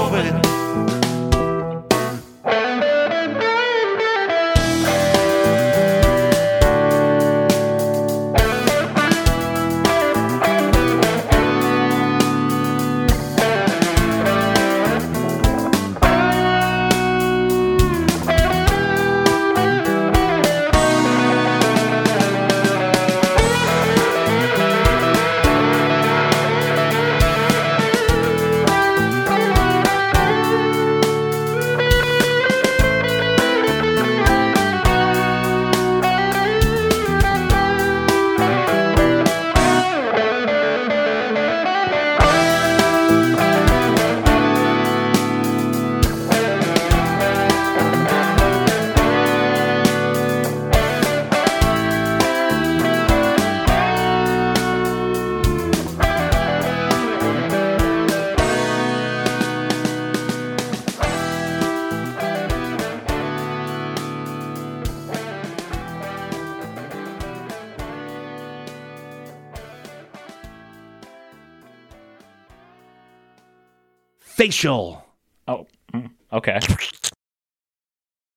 [SPEAKER 5] Facial.
[SPEAKER 2] Oh, mm, okay.